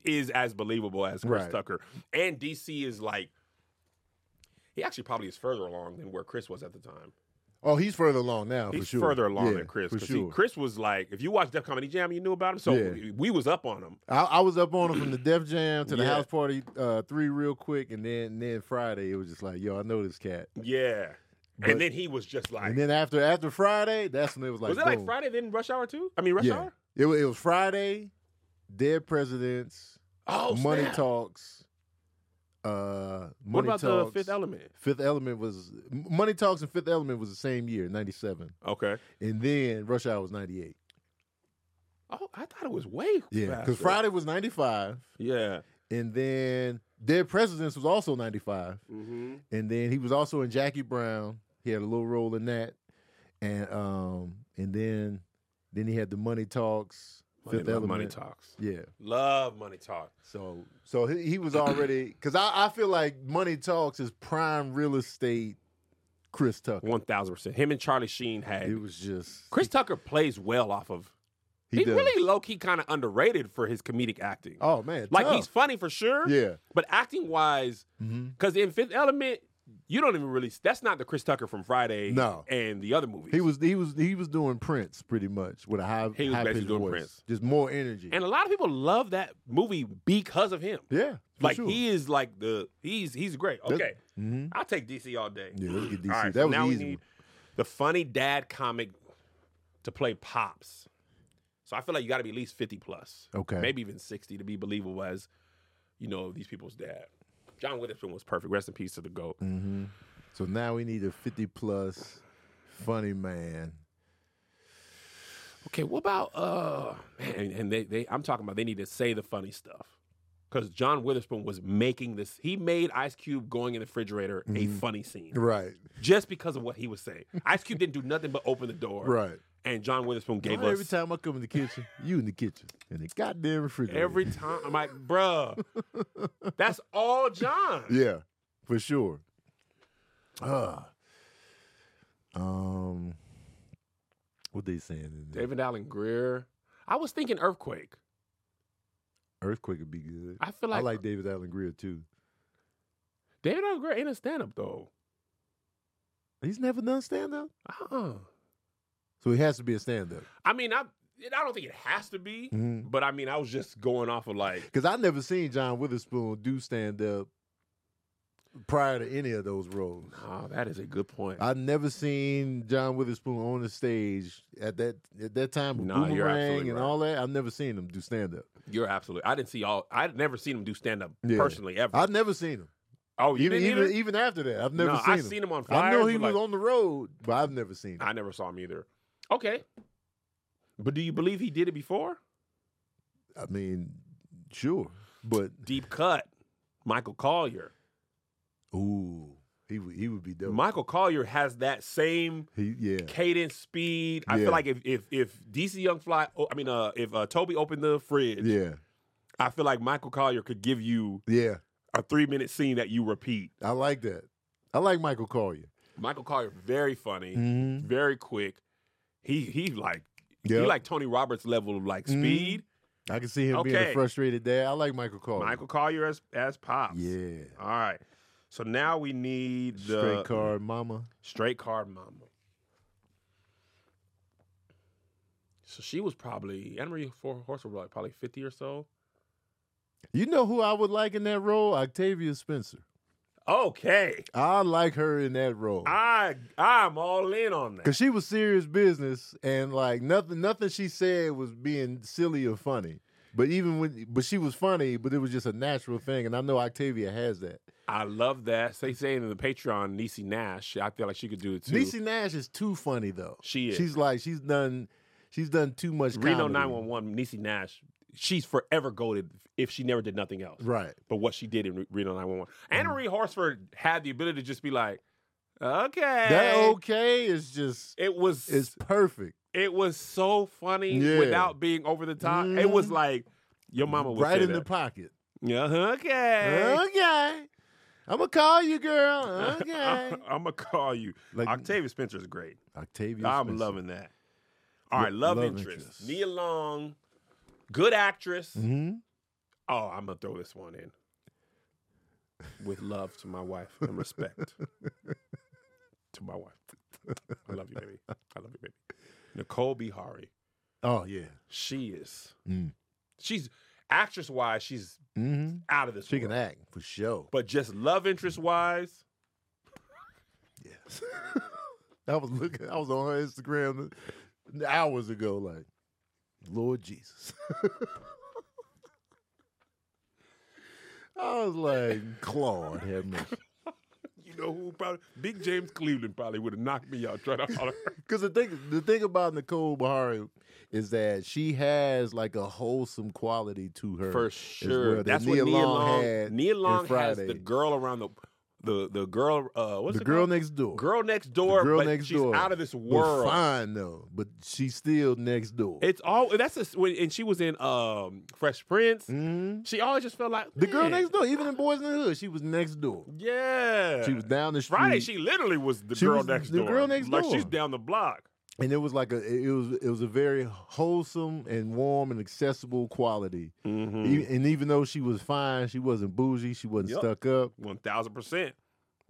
Speaker 2: is as believable as Chris
Speaker 1: Right.
Speaker 2: Tucker. And DC is like he actually probably is further along than where Chris was at the time.
Speaker 1: oh, he's further along now.
Speaker 2: He's
Speaker 1: for sure.
Speaker 2: further along
Speaker 1: Yeah,
Speaker 2: than Chris.
Speaker 1: For
Speaker 2: 'cause he-
Speaker 1: sure.
Speaker 2: Chris was like, if you watched Def Comedy Jam, you knew about him. So
Speaker 1: Yeah.
Speaker 2: we, we was up on him.
Speaker 1: I, I was up on him from the Def Jam to the
Speaker 2: Yeah.
Speaker 1: House Party uh, three real quick, and then and then Friday it was just like, yo, I know this cat.
Speaker 2: Yeah.
Speaker 1: But-
Speaker 2: and then he was just like,
Speaker 1: and then after after Friday, that's when it was like,
Speaker 2: was it like
Speaker 1: boom.
Speaker 2: Friday, then Rush Hour too? I mean, Rush
Speaker 1: Yeah.
Speaker 2: Hour?
Speaker 1: It, wa- it was Friday, Dead Presidents,
Speaker 2: Oh,
Speaker 1: Money
Speaker 2: snap.
Speaker 1: Talks. Uh, Money
Speaker 2: What about
Speaker 1: Talks.
Speaker 2: the Fifth Element?
Speaker 1: Fifth Element was M- Money Talks and Fifth Element was the same year, ninety seven,
Speaker 2: Okay.
Speaker 1: and then Rush Hour was ninety eight.
Speaker 2: Oh, I thought it was way.
Speaker 1: Yeah, because
Speaker 2: faster.
Speaker 1: Friday was ninety five,
Speaker 2: Yeah.
Speaker 1: and then Dead Presidents was also ninety five,
Speaker 2: Mm-hmm.
Speaker 1: and then he was also in Jackie Brown. He had a little role in that, and um, and then then he had the Money Talks, Fifth
Speaker 2: Money,
Speaker 1: Element,
Speaker 2: money talks.
Speaker 1: yeah.
Speaker 2: Love money talk.
Speaker 1: So so he, he was already because I, I feel like Money Talks is prime real estate. Chris Tucker.
Speaker 2: One thousand percent. Him and Charlie Sheen had.
Speaker 1: It was just
Speaker 2: Chris Tucker plays well off of. He,
Speaker 1: does.
Speaker 2: really low key kind of underrated for his comedic acting.
Speaker 1: Oh man,
Speaker 2: like
Speaker 1: tough.
Speaker 2: he's Mm-hmm. funny for sure.
Speaker 1: yeah.
Speaker 2: But acting wise,
Speaker 1: Mhm.
Speaker 2: because in Fifth Element, you don't even really. That's not the Chris Tucker from Friday.
Speaker 1: No.
Speaker 2: And the other movies.
Speaker 1: He was he was he was doing Prince pretty much with a high
Speaker 2: He was
Speaker 1: high
Speaker 2: basically
Speaker 1: pitched
Speaker 2: doing
Speaker 1: voice,
Speaker 2: Prince.
Speaker 1: just more energy.
Speaker 2: And a lot of people love that movie because of him.
Speaker 1: yeah, for
Speaker 2: Like
Speaker 1: sure.
Speaker 2: he is like the he's he's great.
Speaker 1: That's-
Speaker 2: Okay,
Speaker 1: Mhm.
Speaker 2: I'll take DC all day.
Speaker 1: Yeah, let's get DC.
Speaker 2: All right,
Speaker 1: that
Speaker 2: so
Speaker 1: was
Speaker 2: now
Speaker 1: the
Speaker 2: we
Speaker 1: easy.
Speaker 2: need the funny dad comic to play pops. So I feel like you got to be at least fifty plus,
Speaker 1: one. Okay,
Speaker 2: maybe even sixty to be believable as you know these people's dad. John Witherspoon was perfect. Rest in peace to the goat.
Speaker 1: hmm So now we need a fifty plus funny man.
Speaker 2: Okay, what about uh man? And, and they they I'm talking about they need to say the funny stuff because John Witherspoon was making this. He made Ice Cube going in the refrigerator
Speaker 1: Mm-hmm.
Speaker 2: a funny scene.
Speaker 1: Right,
Speaker 2: just because of what he was saying. Ice Cube didn't do nothing but open the door,
Speaker 1: right.
Speaker 2: and John Witherspoon gave
Speaker 1: Why
Speaker 2: us
Speaker 1: every time I come in the kitchen, you in the kitchen and the goddamn refrigerator.
Speaker 2: every time. I'm like, bruh, that's all John.
Speaker 1: yeah, for sure. Uh, um, what they saying? In there?
Speaker 2: David Allen Greer. I was thinking Earthquake.
Speaker 1: Earthquake would be good.
Speaker 2: I feel
Speaker 1: I
Speaker 2: like,
Speaker 1: like David Allen Greer too.
Speaker 2: David Allen Greer ain't a stand up though.
Speaker 1: He's never done stand up.
Speaker 2: Uh-uh.
Speaker 1: So he has to be a stand up.
Speaker 2: I mean, I it- I don't think it has to be,
Speaker 1: Mhm.
Speaker 2: but I mean, I was just going off of like,
Speaker 1: Because i never seen John Witherspoon do stand up prior to any of those roles.
Speaker 2: oh, that is a good point.
Speaker 1: I've never seen John Witherspoon on the stage at that at that time with
Speaker 2: Nah, you're
Speaker 1: Boomerang
Speaker 2: absolutely
Speaker 1: and
Speaker 2: right.
Speaker 1: all that. I've never seen him do stand up.
Speaker 2: You're absolutely. I didn't see all. I'd never seen him do stand up
Speaker 1: Yeah.
Speaker 2: personally ever.
Speaker 1: I've never seen him.
Speaker 2: oh, you
Speaker 1: even
Speaker 2: didn't
Speaker 1: even,
Speaker 2: even.
Speaker 1: even after that, I've never
Speaker 2: no,
Speaker 1: seen
Speaker 2: I
Speaker 1: him.
Speaker 2: seen him on fire.
Speaker 1: I know he was on the road, but I've never seen him.
Speaker 2: I never saw him either. Okay. But do you believe he did it before?
Speaker 1: I mean, sure, but
Speaker 2: Deep cut. Michael Collier.
Speaker 1: ooh, he would he would be dope.
Speaker 2: Michael Collier has that same
Speaker 1: he, yeah,
Speaker 2: cadence, speed. I
Speaker 1: Yeah.
Speaker 2: feel like if if if DC Young Fly, oh, I mean, uh, if uh, Toby opened the fridge,
Speaker 1: yeah,
Speaker 2: I feel like Michael Collier could give you
Speaker 1: yeah.
Speaker 2: a three minute scene that you repeat.
Speaker 1: I like that. I like Michael Collier.
Speaker 2: Michael Collier, very funny,
Speaker 1: Mm-hmm.
Speaker 2: very quick. He he like
Speaker 1: Yep.
Speaker 2: he like Tony Roberts level of like
Speaker 1: Mhm.
Speaker 2: speed.
Speaker 1: I can see him being
Speaker 2: Okay.
Speaker 1: a frustrated dad. I like Michael Carter.
Speaker 2: Michael Collier as as pops.
Speaker 1: Mm-hmm. Yeah.
Speaker 2: All right. So now we need the
Speaker 1: Straight card mama.
Speaker 2: Straight card mama. So she was probably Anna Marie Four Horse was like probably fifty or so.
Speaker 1: You know who I would like in that role? Octavia Spencer.
Speaker 2: Okay,
Speaker 1: I like her in that role.
Speaker 2: I I'm all in on that.
Speaker 1: Cause she was serious business and like nothing nothing she said was being silly or funny. But even when but she was funny, but it was just a natural thing. And I know Octavia has that.
Speaker 2: I love that. They say in the Patreon, Niecy Nash. I feel like she could do it too.
Speaker 1: Niecy Nash is too funny though.
Speaker 2: She is.
Speaker 1: She's like she's done she's done too much.
Speaker 2: Reno
Speaker 1: comedy.
Speaker 2: nine one one. Niecy Nash. She's forever goaded if she never did nothing else.
Speaker 1: Right. Mm-hmm.
Speaker 2: But what she did in Re- Reno nine one one. Anna Marie Horsford had the ability to just be like, okay,
Speaker 1: That okay is just
Speaker 2: it was
Speaker 1: it's perfect.
Speaker 2: It was so funny
Speaker 1: Yeah.
Speaker 2: without being over the top. It was
Speaker 1: Mhm.
Speaker 2: like your mama was
Speaker 1: right in the pocket.
Speaker 2: the yeah okay.
Speaker 1: Okay. I'm gonna call you, girl. Okay.
Speaker 2: I'm, gonna call you.
Speaker 1: Like-
Speaker 2: Octavia Spencer is great.
Speaker 1: Octavia.
Speaker 2: I'm
Speaker 1: Spencer.
Speaker 2: loving that. All right,
Speaker 1: Lo-
Speaker 2: love,
Speaker 1: love
Speaker 2: interest.
Speaker 1: interest.
Speaker 2: Nia Long, good actress.
Speaker 1: Mhm.
Speaker 2: Oh, I'm gonna throw this one in. With love to my wife and respect to my wife. I love you, baby. I love you, baby. Nicole Bihari.
Speaker 1: Oh yeah.
Speaker 2: She is.
Speaker 1: Mm.
Speaker 2: She's actress wise. She's
Speaker 1: Mm-hmm.
Speaker 2: out of this
Speaker 1: She can
Speaker 2: world.
Speaker 1: act for sure.
Speaker 2: But just love interest wise,
Speaker 1: Yes. I was looking. I was on her Instagram hours ago. Like, Lord Jesus. I was like, Claude have mercy.
Speaker 2: You know who probably Big James Cleveland probably would have knocked me out trying to holler.
Speaker 1: Because the thing, the thing about Nicole Bahari is that she has like a wholesome quality to her.
Speaker 2: For
Speaker 1: as
Speaker 2: sure.
Speaker 1: well, that
Speaker 2: That's
Speaker 1: Nia
Speaker 2: what Nia
Speaker 1: Long
Speaker 2: Long,
Speaker 1: had
Speaker 2: Nia
Speaker 1: in
Speaker 2: Long has the
Speaker 1: Friday.
Speaker 2: girl around the the the girl uh what's
Speaker 1: the
Speaker 2: it
Speaker 1: girl
Speaker 2: called?
Speaker 1: next door.
Speaker 2: girl next door,
Speaker 1: girl
Speaker 2: but
Speaker 1: next
Speaker 2: she's
Speaker 1: door
Speaker 2: out of this
Speaker 1: was
Speaker 2: world.
Speaker 1: fine though, but she's still next door.
Speaker 2: It's all that's a, when and she was in um Fresh Prince.
Speaker 1: Mhm.
Speaker 2: She always just felt like
Speaker 1: The girl
Speaker 2: "Man,
Speaker 1: next door, even in Boys in the Hood, she was next door.
Speaker 2: Yeah,
Speaker 1: She was down the street.
Speaker 2: Friday. She literally was the
Speaker 1: Mm. She
Speaker 2: girl
Speaker 1: was
Speaker 2: next
Speaker 1: the
Speaker 2: door.
Speaker 1: girl next
Speaker 2: like
Speaker 1: door.
Speaker 2: she's down the block.
Speaker 1: and it was like a it was it was a very wholesome and warm and accessible quality. E- and even though she was fine, she wasn't bougie, she wasn't
Speaker 2: Mm. Yup.
Speaker 1: stuck up.
Speaker 2: One thousand percent.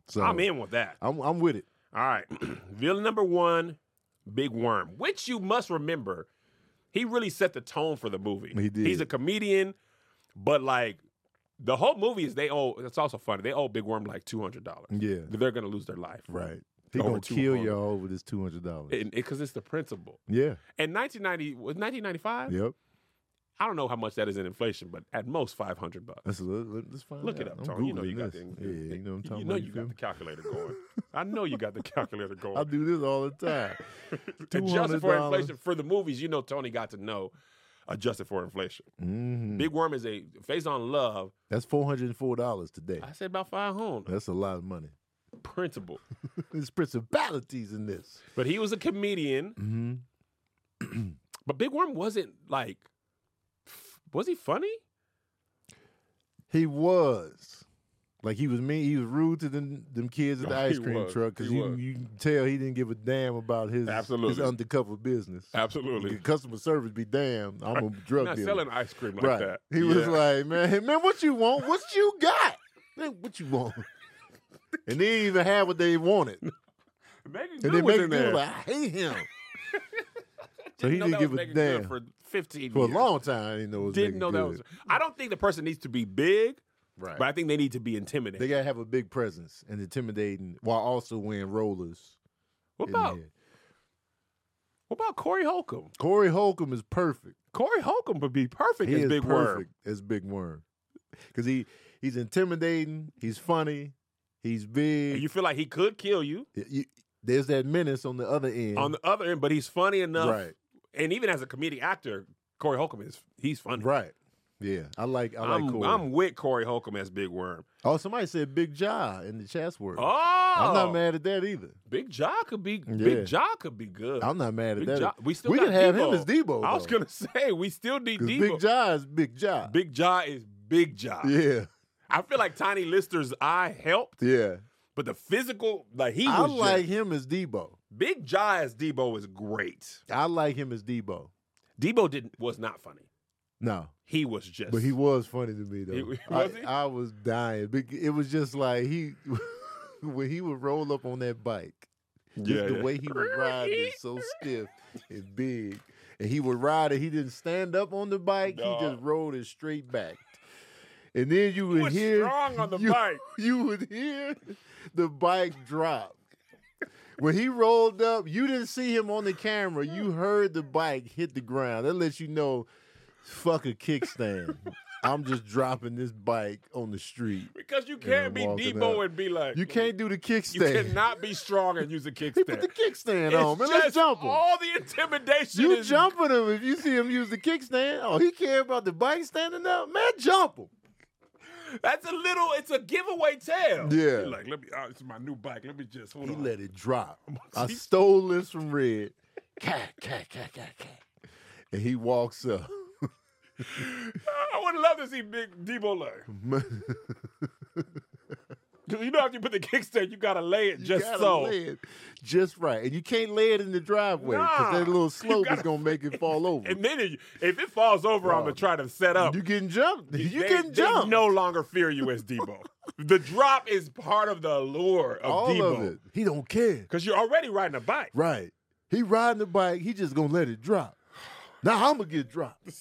Speaker 1: So
Speaker 2: I'm in with that.
Speaker 1: I'm, I'm with it.
Speaker 2: All right, villain number one, Big Worm, which you must remember, he really set the tone for the movie.
Speaker 1: He did.
Speaker 2: He's a comedian, but like the whole movie is they owe. That's also funny. They owe Big Worm like two hundred dollars.
Speaker 1: Yeah,
Speaker 2: They're gonna lose their life,
Speaker 1: right. He
Speaker 2: Over
Speaker 1: gonna
Speaker 2: two
Speaker 1: kill
Speaker 2: hundred.
Speaker 1: y'all over this two hundred dollars.
Speaker 2: because it's the principle.
Speaker 1: Yeah,
Speaker 2: And 1990 was 1995.
Speaker 1: yep.
Speaker 2: I don't know how much that is in inflation, but at most 500 bucks.
Speaker 1: Let's look. Let's find
Speaker 2: Look it
Speaker 1: out.
Speaker 2: up,
Speaker 1: I'm
Speaker 2: Tony. You know
Speaker 1: Googling
Speaker 2: you got
Speaker 1: this.
Speaker 2: the
Speaker 1: Yeah, you know what I'm talking
Speaker 2: you
Speaker 1: about.
Speaker 2: know
Speaker 1: you
Speaker 2: you
Speaker 1: feel me?
Speaker 2: got the calculator going. I know you got the calculator going.
Speaker 1: I do this all the time.
Speaker 2: adjusted for
Speaker 1: $200.
Speaker 2: inflation for the movies, you know Tony got to know adjusted for inflation.
Speaker 1: Mhm.
Speaker 2: Big Worm is a face on love.
Speaker 1: That's four hundred and four dollars today.
Speaker 2: I said about 500
Speaker 1: That's a lot of money.
Speaker 2: principle.
Speaker 1: There's principalities in this.
Speaker 2: But he was a comedian,
Speaker 1: Mm-hmm.
Speaker 2: but Big Worm wasn't like f- was he funny?
Speaker 1: He was. Like he was mean. He was rude to them, them kids at the
Speaker 2: Oh,
Speaker 1: ice
Speaker 2: he
Speaker 1: cream
Speaker 2: was.
Speaker 1: truck because
Speaker 2: He
Speaker 1: you
Speaker 2: was.
Speaker 1: you can tell he didn't give a damn about his his
Speaker 2: Absolutely.
Speaker 1: undercover business.
Speaker 2: Absolutely.
Speaker 1: Customer service be damned. I'm a drug
Speaker 2: Not
Speaker 1: dealer.
Speaker 2: selling ice cream like
Speaker 1: right.
Speaker 2: that.
Speaker 1: He was
Speaker 2: Yeah.
Speaker 1: like, man, hey, man, what you want? What you got? Man, what you want? and they didn't even have what they wanted.
Speaker 2: Megan
Speaker 1: And
Speaker 2: Good
Speaker 1: then
Speaker 2: was
Speaker 1: Megan
Speaker 2: in there.
Speaker 1: Good was like, I hate him. so he
Speaker 2: know
Speaker 1: didn't
Speaker 2: that
Speaker 1: give
Speaker 2: was
Speaker 1: a
Speaker 2: Megan Good
Speaker 1: damn for,
Speaker 2: for 15
Speaker 1: a
Speaker 2: years.
Speaker 1: long time. I didn't know it was
Speaker 2: Didn't know
Speaker 1: Megan Good.
Speaker 2: that was. I don't think the person needs to be big,
Speaker 1: right.
Speaker 2: but I think they need to be
Speaker 1: They
Speaker 2: intimidating.
Speaker 1: gotta have a big presence and intimidating while also wearing rollers.
Speaker 2: What
Speaker 1: in
Speaker 2: about
Speaker 1: there.
Speaker 2: what about Corey Holcomb?
Speaker 1: Corey Holcomb is perfect.
Speaker 2: Corey Holcomb would be perfect
Speaker 1: He
Speaker 2: as
Speaker 1: is
Speaker 2: Big Worm.
Speaker 1: perfect as Big Worm. Cause he he's intimidating, he's funny, he's big.
Speaker 2: And you feel like he could kill you
Speaker 1: Y- you- there's that menace on the other end.
Speaker 2: on the other end, but he's funny enough.
Speaker 1: right.
Speaker 2: And even as a comedic actor, Corey Holcomb is he's funny.
Speaker 1: Right. Yeah. I like I like
Speaker 2: I'm,
Speaker 1: Corey.
Speaker 2: I'm with Corey Holcomb as Big Worm.
Speaker 1: oh, somebody said Big Jaw in the Chatsworth.
Speaker 2: Oh,
Speaker 1: I'm not mad at that either.
Speaker 2: Big Jaw could be
Speaker 1: Yeah.
Speaker 2: Big Jaw could be good.
Speaker 1: I'm not mad at
Speaker 2: Big
Speaker 1: that.
Speaker 2: Ja- we still
Speaker 1: we
Speaker 2: got
Speaker 1: can have
Speaker 2: Debo.
Speaker 1: him as Debo.
Speaker 2: I was
Speaker 1: though.
Speaker 2: gonna say we still need
Speaker 1: 'Cause
Speaker 2: Debo.
Speaker 1: Big Jaw is Big Jaw.
Speaker 2: Big Jaw is Big Jaw.
Speaker 1: yeah.
Speaker 2: I feel like Tiny Lister's eye helped,
Speaker 1: Yeah.
Speaker 2: but the physical, like he
Speaker 1: I
Speaker 2: was just-
Speaker 1: like him as Debo.
Speaker 2: Big Jaw as Debo is great.
Speaker 1: I like him as Debo.
Speaker 2: Debo didn't was not funny.
Speaker 1: No,
Speaker 2: He was just.
Speaker 1: but he was funny to me though.
Speaker 2: He- was
Speaker 1: I,
Speaker 2: he?
Speaker 1: I was dying. Bec- It was just like he when he would roll up on that bike. Just the way he would ride is so stiff and big, and he would ride it. He didn't stand up on the bike. He
Speaker 2: No.
Speaker 1: just rode it straight back. And then you would
Speaker 2: was
Speaker 1: hear
Speaker 2: strong on the
Speaker 1: you-
Speaker 2: bike.
Speaker 1: You would hear the bike drop. When he rolled up, you didn't see him on the camera. You heard the bike hit the ground. That lets you know, fuck a kickstand. I'm just dropping this bike on the street.
Speaker 2: because you can't be
Speaker 1: Yeah, walking
Speaker 2: Debo
Speaker 1: up.
Speaker 2: and be like
Speaker 1: You can't do the
Speaker 2: You
Speaker 1: kickstand.
Speaker 2: cannot be strong and use a
Speaker 1: he put
Speaker 2: kickstand.
Speaker 1: the kickstand
Speaker 2: It's
Speaker 1: on, man. Let's
Speaker 2: just
Speaker 1: jump him.
Speaker 2: All the intimidation.
Speaker 1: You
Speaker 2: is,
Speaker 1: jumping him if you see him use the kickstand. Oh, he care about the bike standing up, man. Jump him.
Speaker 2: That's a little. It's a giveaway tale.
Speaker 1: Yeah.
Speaker 2: You're like let me. Oh, it's my new bike. Let me just hold
Speaker 1: He
Speaker 2: on.
Speaker 1: let it drop. I stole this from Red. Cat, cat, cat, cat, cat. And he walks up.
Speaker 2: I would love to see Big Debo like. You know, after you put the kickstand, you gotta lay it
Speaker 1: You
Speaker 2: just
Speaker 1: gotta
Speaker 2: so.
Speaker 1: lay it just right, and you can't lay it in the driveway because
Speaker 2: Nah.
Speaker 1: that little slope
Speaker 2: gotta-
Speaker 1: is gonna make it fall over.
Speaker 2: And then it- if it falls over, I'm
Speaker 1: Dog.
Speaker 2: gonna try to set up.
Speaker 1: you getting jumped? You
Speaker 2: they,
Speaker 1: getting
Speaker 2: they
Speaker 1: jumped?
Speaker 2: no longer fear you as Debo. the drop is part of the allure of
Speaker 1: all of
Speaker 2: Debo
Speaker 1: it. He don't care.
Speaker 2: because you're already riding a bike.
Speaker 1: Right. He riding the bike. He just gonna let it drop. Now I'm gonna get dropped.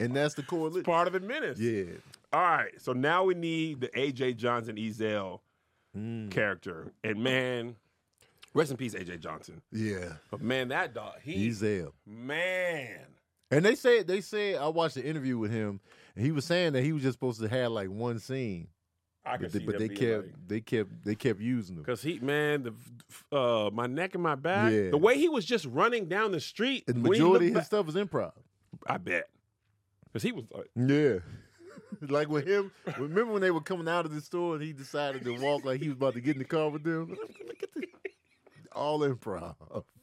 Speaker 1: And that's the correlation.
Speaker 2: Part of the menace.
Speaker 1: Yeah.
Speaker 2: All right. So now we need the AJ Johnson Ezel
Speaker 1: Mm.
Speaker 2: character, and man, rest in peace, AJ Johnson.
Speaker 1: Yeah.
Speaker 2: But man, that dog, he
Speaker 1: He's there.
Speaker 2: man.
Speaker 1: And they said they said I watched the interview with him, and he was saying that he was just supposed to have like one scene,
Speaker 2: I can
Speaker 1: but they,
Speaker 2: see
Speaker 1: but
Speaker 2: them
Speaker 1: they
Speaker 2: being
Speaker 1: kept
Speaker 2: like-
Speaker 1: they kept they kept using him.
Speaker 2: Cause he, man, the f- uh, my neck and my back.
Speaker 1: Yeah.
Speaker 2: The way he was just running down the street.
Speaker 1: The
Speaker 2: when he
Speaker 1: majority of
Speaker 2: looked
Speaker 1: his stuff is improv.
Speaker 2: back- I bet. Cause he was like,
Speaker 1: Yeah. like with him, remember when they were coming out of the store and he decided to walk like he was about to get in the car with them? Look at the- All improv.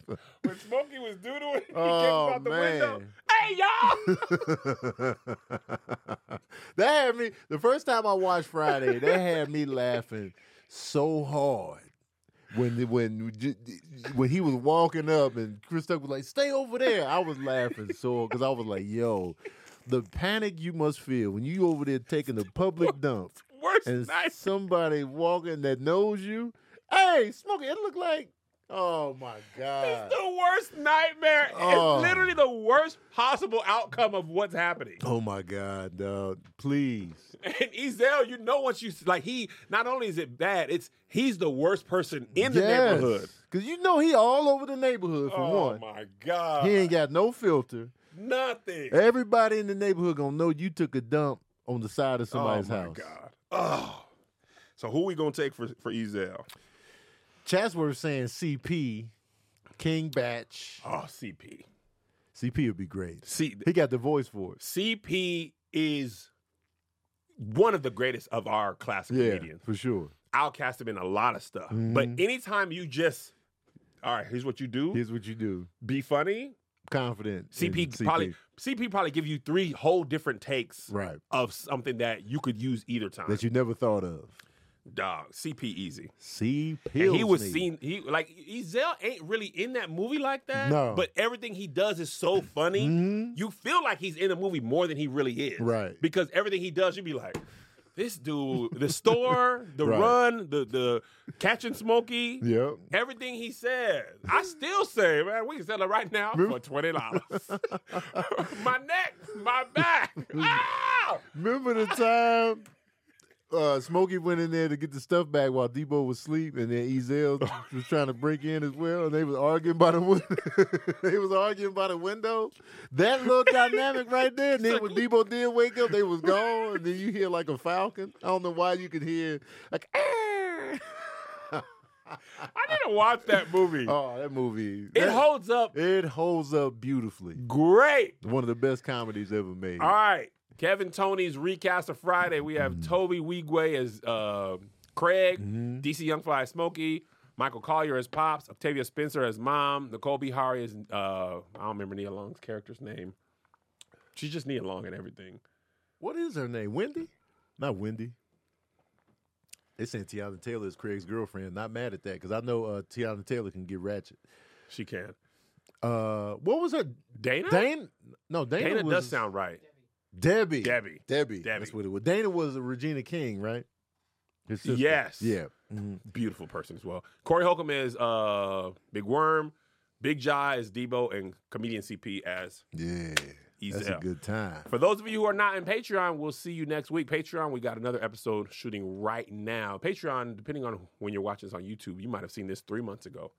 Speaker 2: when Smokey was doodling, he
Speaker 1: Oh,
Speaker 2: came out the window.
Speaker 1: man.
Speaker 2: Hey y'all!
Speaker 1: they had me the first time I watched Friday, they had me laughing so hard. When the- when j- when he was walking up and Chris Tucker was like, "Stay over there," I was laughing so because I was like, "Yo, the panic you must feel when you over there taking a public dump
Speaker 2: Worst
Speaker 1: and
Speaker 2: night.
Speaker 1: somebody walking that knows you. Hey, Smokey, it looked like. Oh my God.
Speaker 2: It's the worst nightmare.
Speaker 1: Oh.
Speaker 2: It's literally the worst possible outcome of what's happening.
Speaker 1: Oh my God, dog. Please.
Speaker 2: And Ezel, you know once you like he not only is it bad, it's he's the worst person in the neighborhood.
Speaker 1: Because you know he all over the neighborhood for
Speaker 2: Oh
Speaker 1: one.
Speaker 2: my god.
Speaker 1: He ain't got no filter.
Speaker 2: nothing.
Speaker 1: Everybody in the neighborhood gonna know you took a dump on the side of somebody's
Speaker 2: oh my
Speaker 1: house.
Speaker 2: god. Oh. So who we gonna take for for Ezel?
Speaker 1: Chatsworth saying CP, King Batch.
Speaker 2: Oh, CP.
Speaker 1: CP would be great.
Speaker 2: C-
Speaker 1: He got the voice for it.
Speaker 2: CP is one of the greatest of our classic
Speaker 1: Yeah, Mm-hmm.
Speaker 2: comedians.
Speaker 1: for sure.
Speaker 2: I'll cast him in a lot of stuff. But anytime you just, all right, here's what you do:
Speaker 1: Here's what you do.
Speaker 2: be funny.
Speaker 1: Confident. in
Speaker 2: CP, probably CP probably give you three whole different takes
Speaker 1: Right.
Speaker 2: of something that you could use either time.
Speaker 1: That you never thought of.
Speaker 2: Dog, CP easy.
Speaker 1: C.
Speaker 2: And he
Speaker 1: Pillsney.
Speaker 2: was seen. He like Ezel ain't really in that movie like that.
Speaker 1: No.
Speaker 2: but everything he does is so funny.
Speaker 1: Mhm.
Speaker 2: You feel like he's in the movie more than he really is.
Speaker 1: Right.
Speaker 2: Because everything he does, you be like, this dude. The store, the
Speaker 1: Right.
Speaker 2: run, the the catching Smokey.
Speaker 1: Yep.
Speaker 2: Everything he said, I still say, man, we can sell it right now for twenty dollars. my neck, my back. Ah!
Speaker 1: Remember the time uh, Smokey went in there to get the stuff back while Debo was asleep, and then Ezel was trying to break in as well, and they was arguing by the window. they was arguing by the window. That little dynamic right there. And then when Debo did wake up, they was gone, and then you hear like a falcon. I don't know why you could hear like. "Ah."
Speaker 2: I need to watch that movie.
Speaker 1: Oh, that movie.
Speaker 2: it
Speaker 1: that-
Speaker 2: holds up
Speaker 1: it holds up beautifully.
Speaker 2: great.
Speaker 1: One of the best comedies ever made.
Speaker 2: All right. Kevin Tony's recast of Friday. We have Toby Wigwe as uh, Craig,
Speaker 1: Mm-hmm.
Speaker 2: DC Young Fly as Smokey, Michael Collier as Pops, Octavia Spencer as Mom, Nicole Bihari as, uh, I don't remember Nia Long's character's name. She's just Nia Long and everything.
Speaker 1: What is her name? Wendy? Not Wendy. They saying Tiana Taylor is Craig's girlfriend. Not mad at that because I know uh, Tiana Taylor can get ratchet.
Speaker 2: She can.
Speaker 1: Uh, what was her?
Speaker 2: Dana?
Speaker 1: Dana? No, Dana,
Speaker 2: Dana
Speaker 1: was
Speaker 2: does sound right.
Speaker 1: Debbie.
Speaker 2: Debbie.
Speaker 1: Debbie.
Speaker 2: Debbie.
Speaker 1: That's what it was. Dana was a Regina King, right? His sister.
Speaker 2: Yes.
Speaker 1: Yeah. Mhm.
Speaker 2: Beautiful person as well. Corey Holcomb is uh, Big Worm. Big Jai is Debo and comedian CP as
Speaker 1: Yeah. That's a
Speaker 2: Ezel.
Speaker 1: good time.
Speaker 2: For those of you who are not in Patreon, we'll see you next week. Patreon, we got another episode shooting right now. Patreon, depending on when you're watching this on YouTube, you might have seen this three months ago.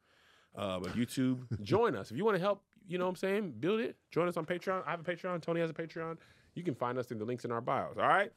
Speaker 2: Uh, but YouTube, join us. If you want to help, you know what I'm saying, build it, join us on Patreon. I have a Patreon. Tony has a Patreon. You can find us in the links in our bios. All right.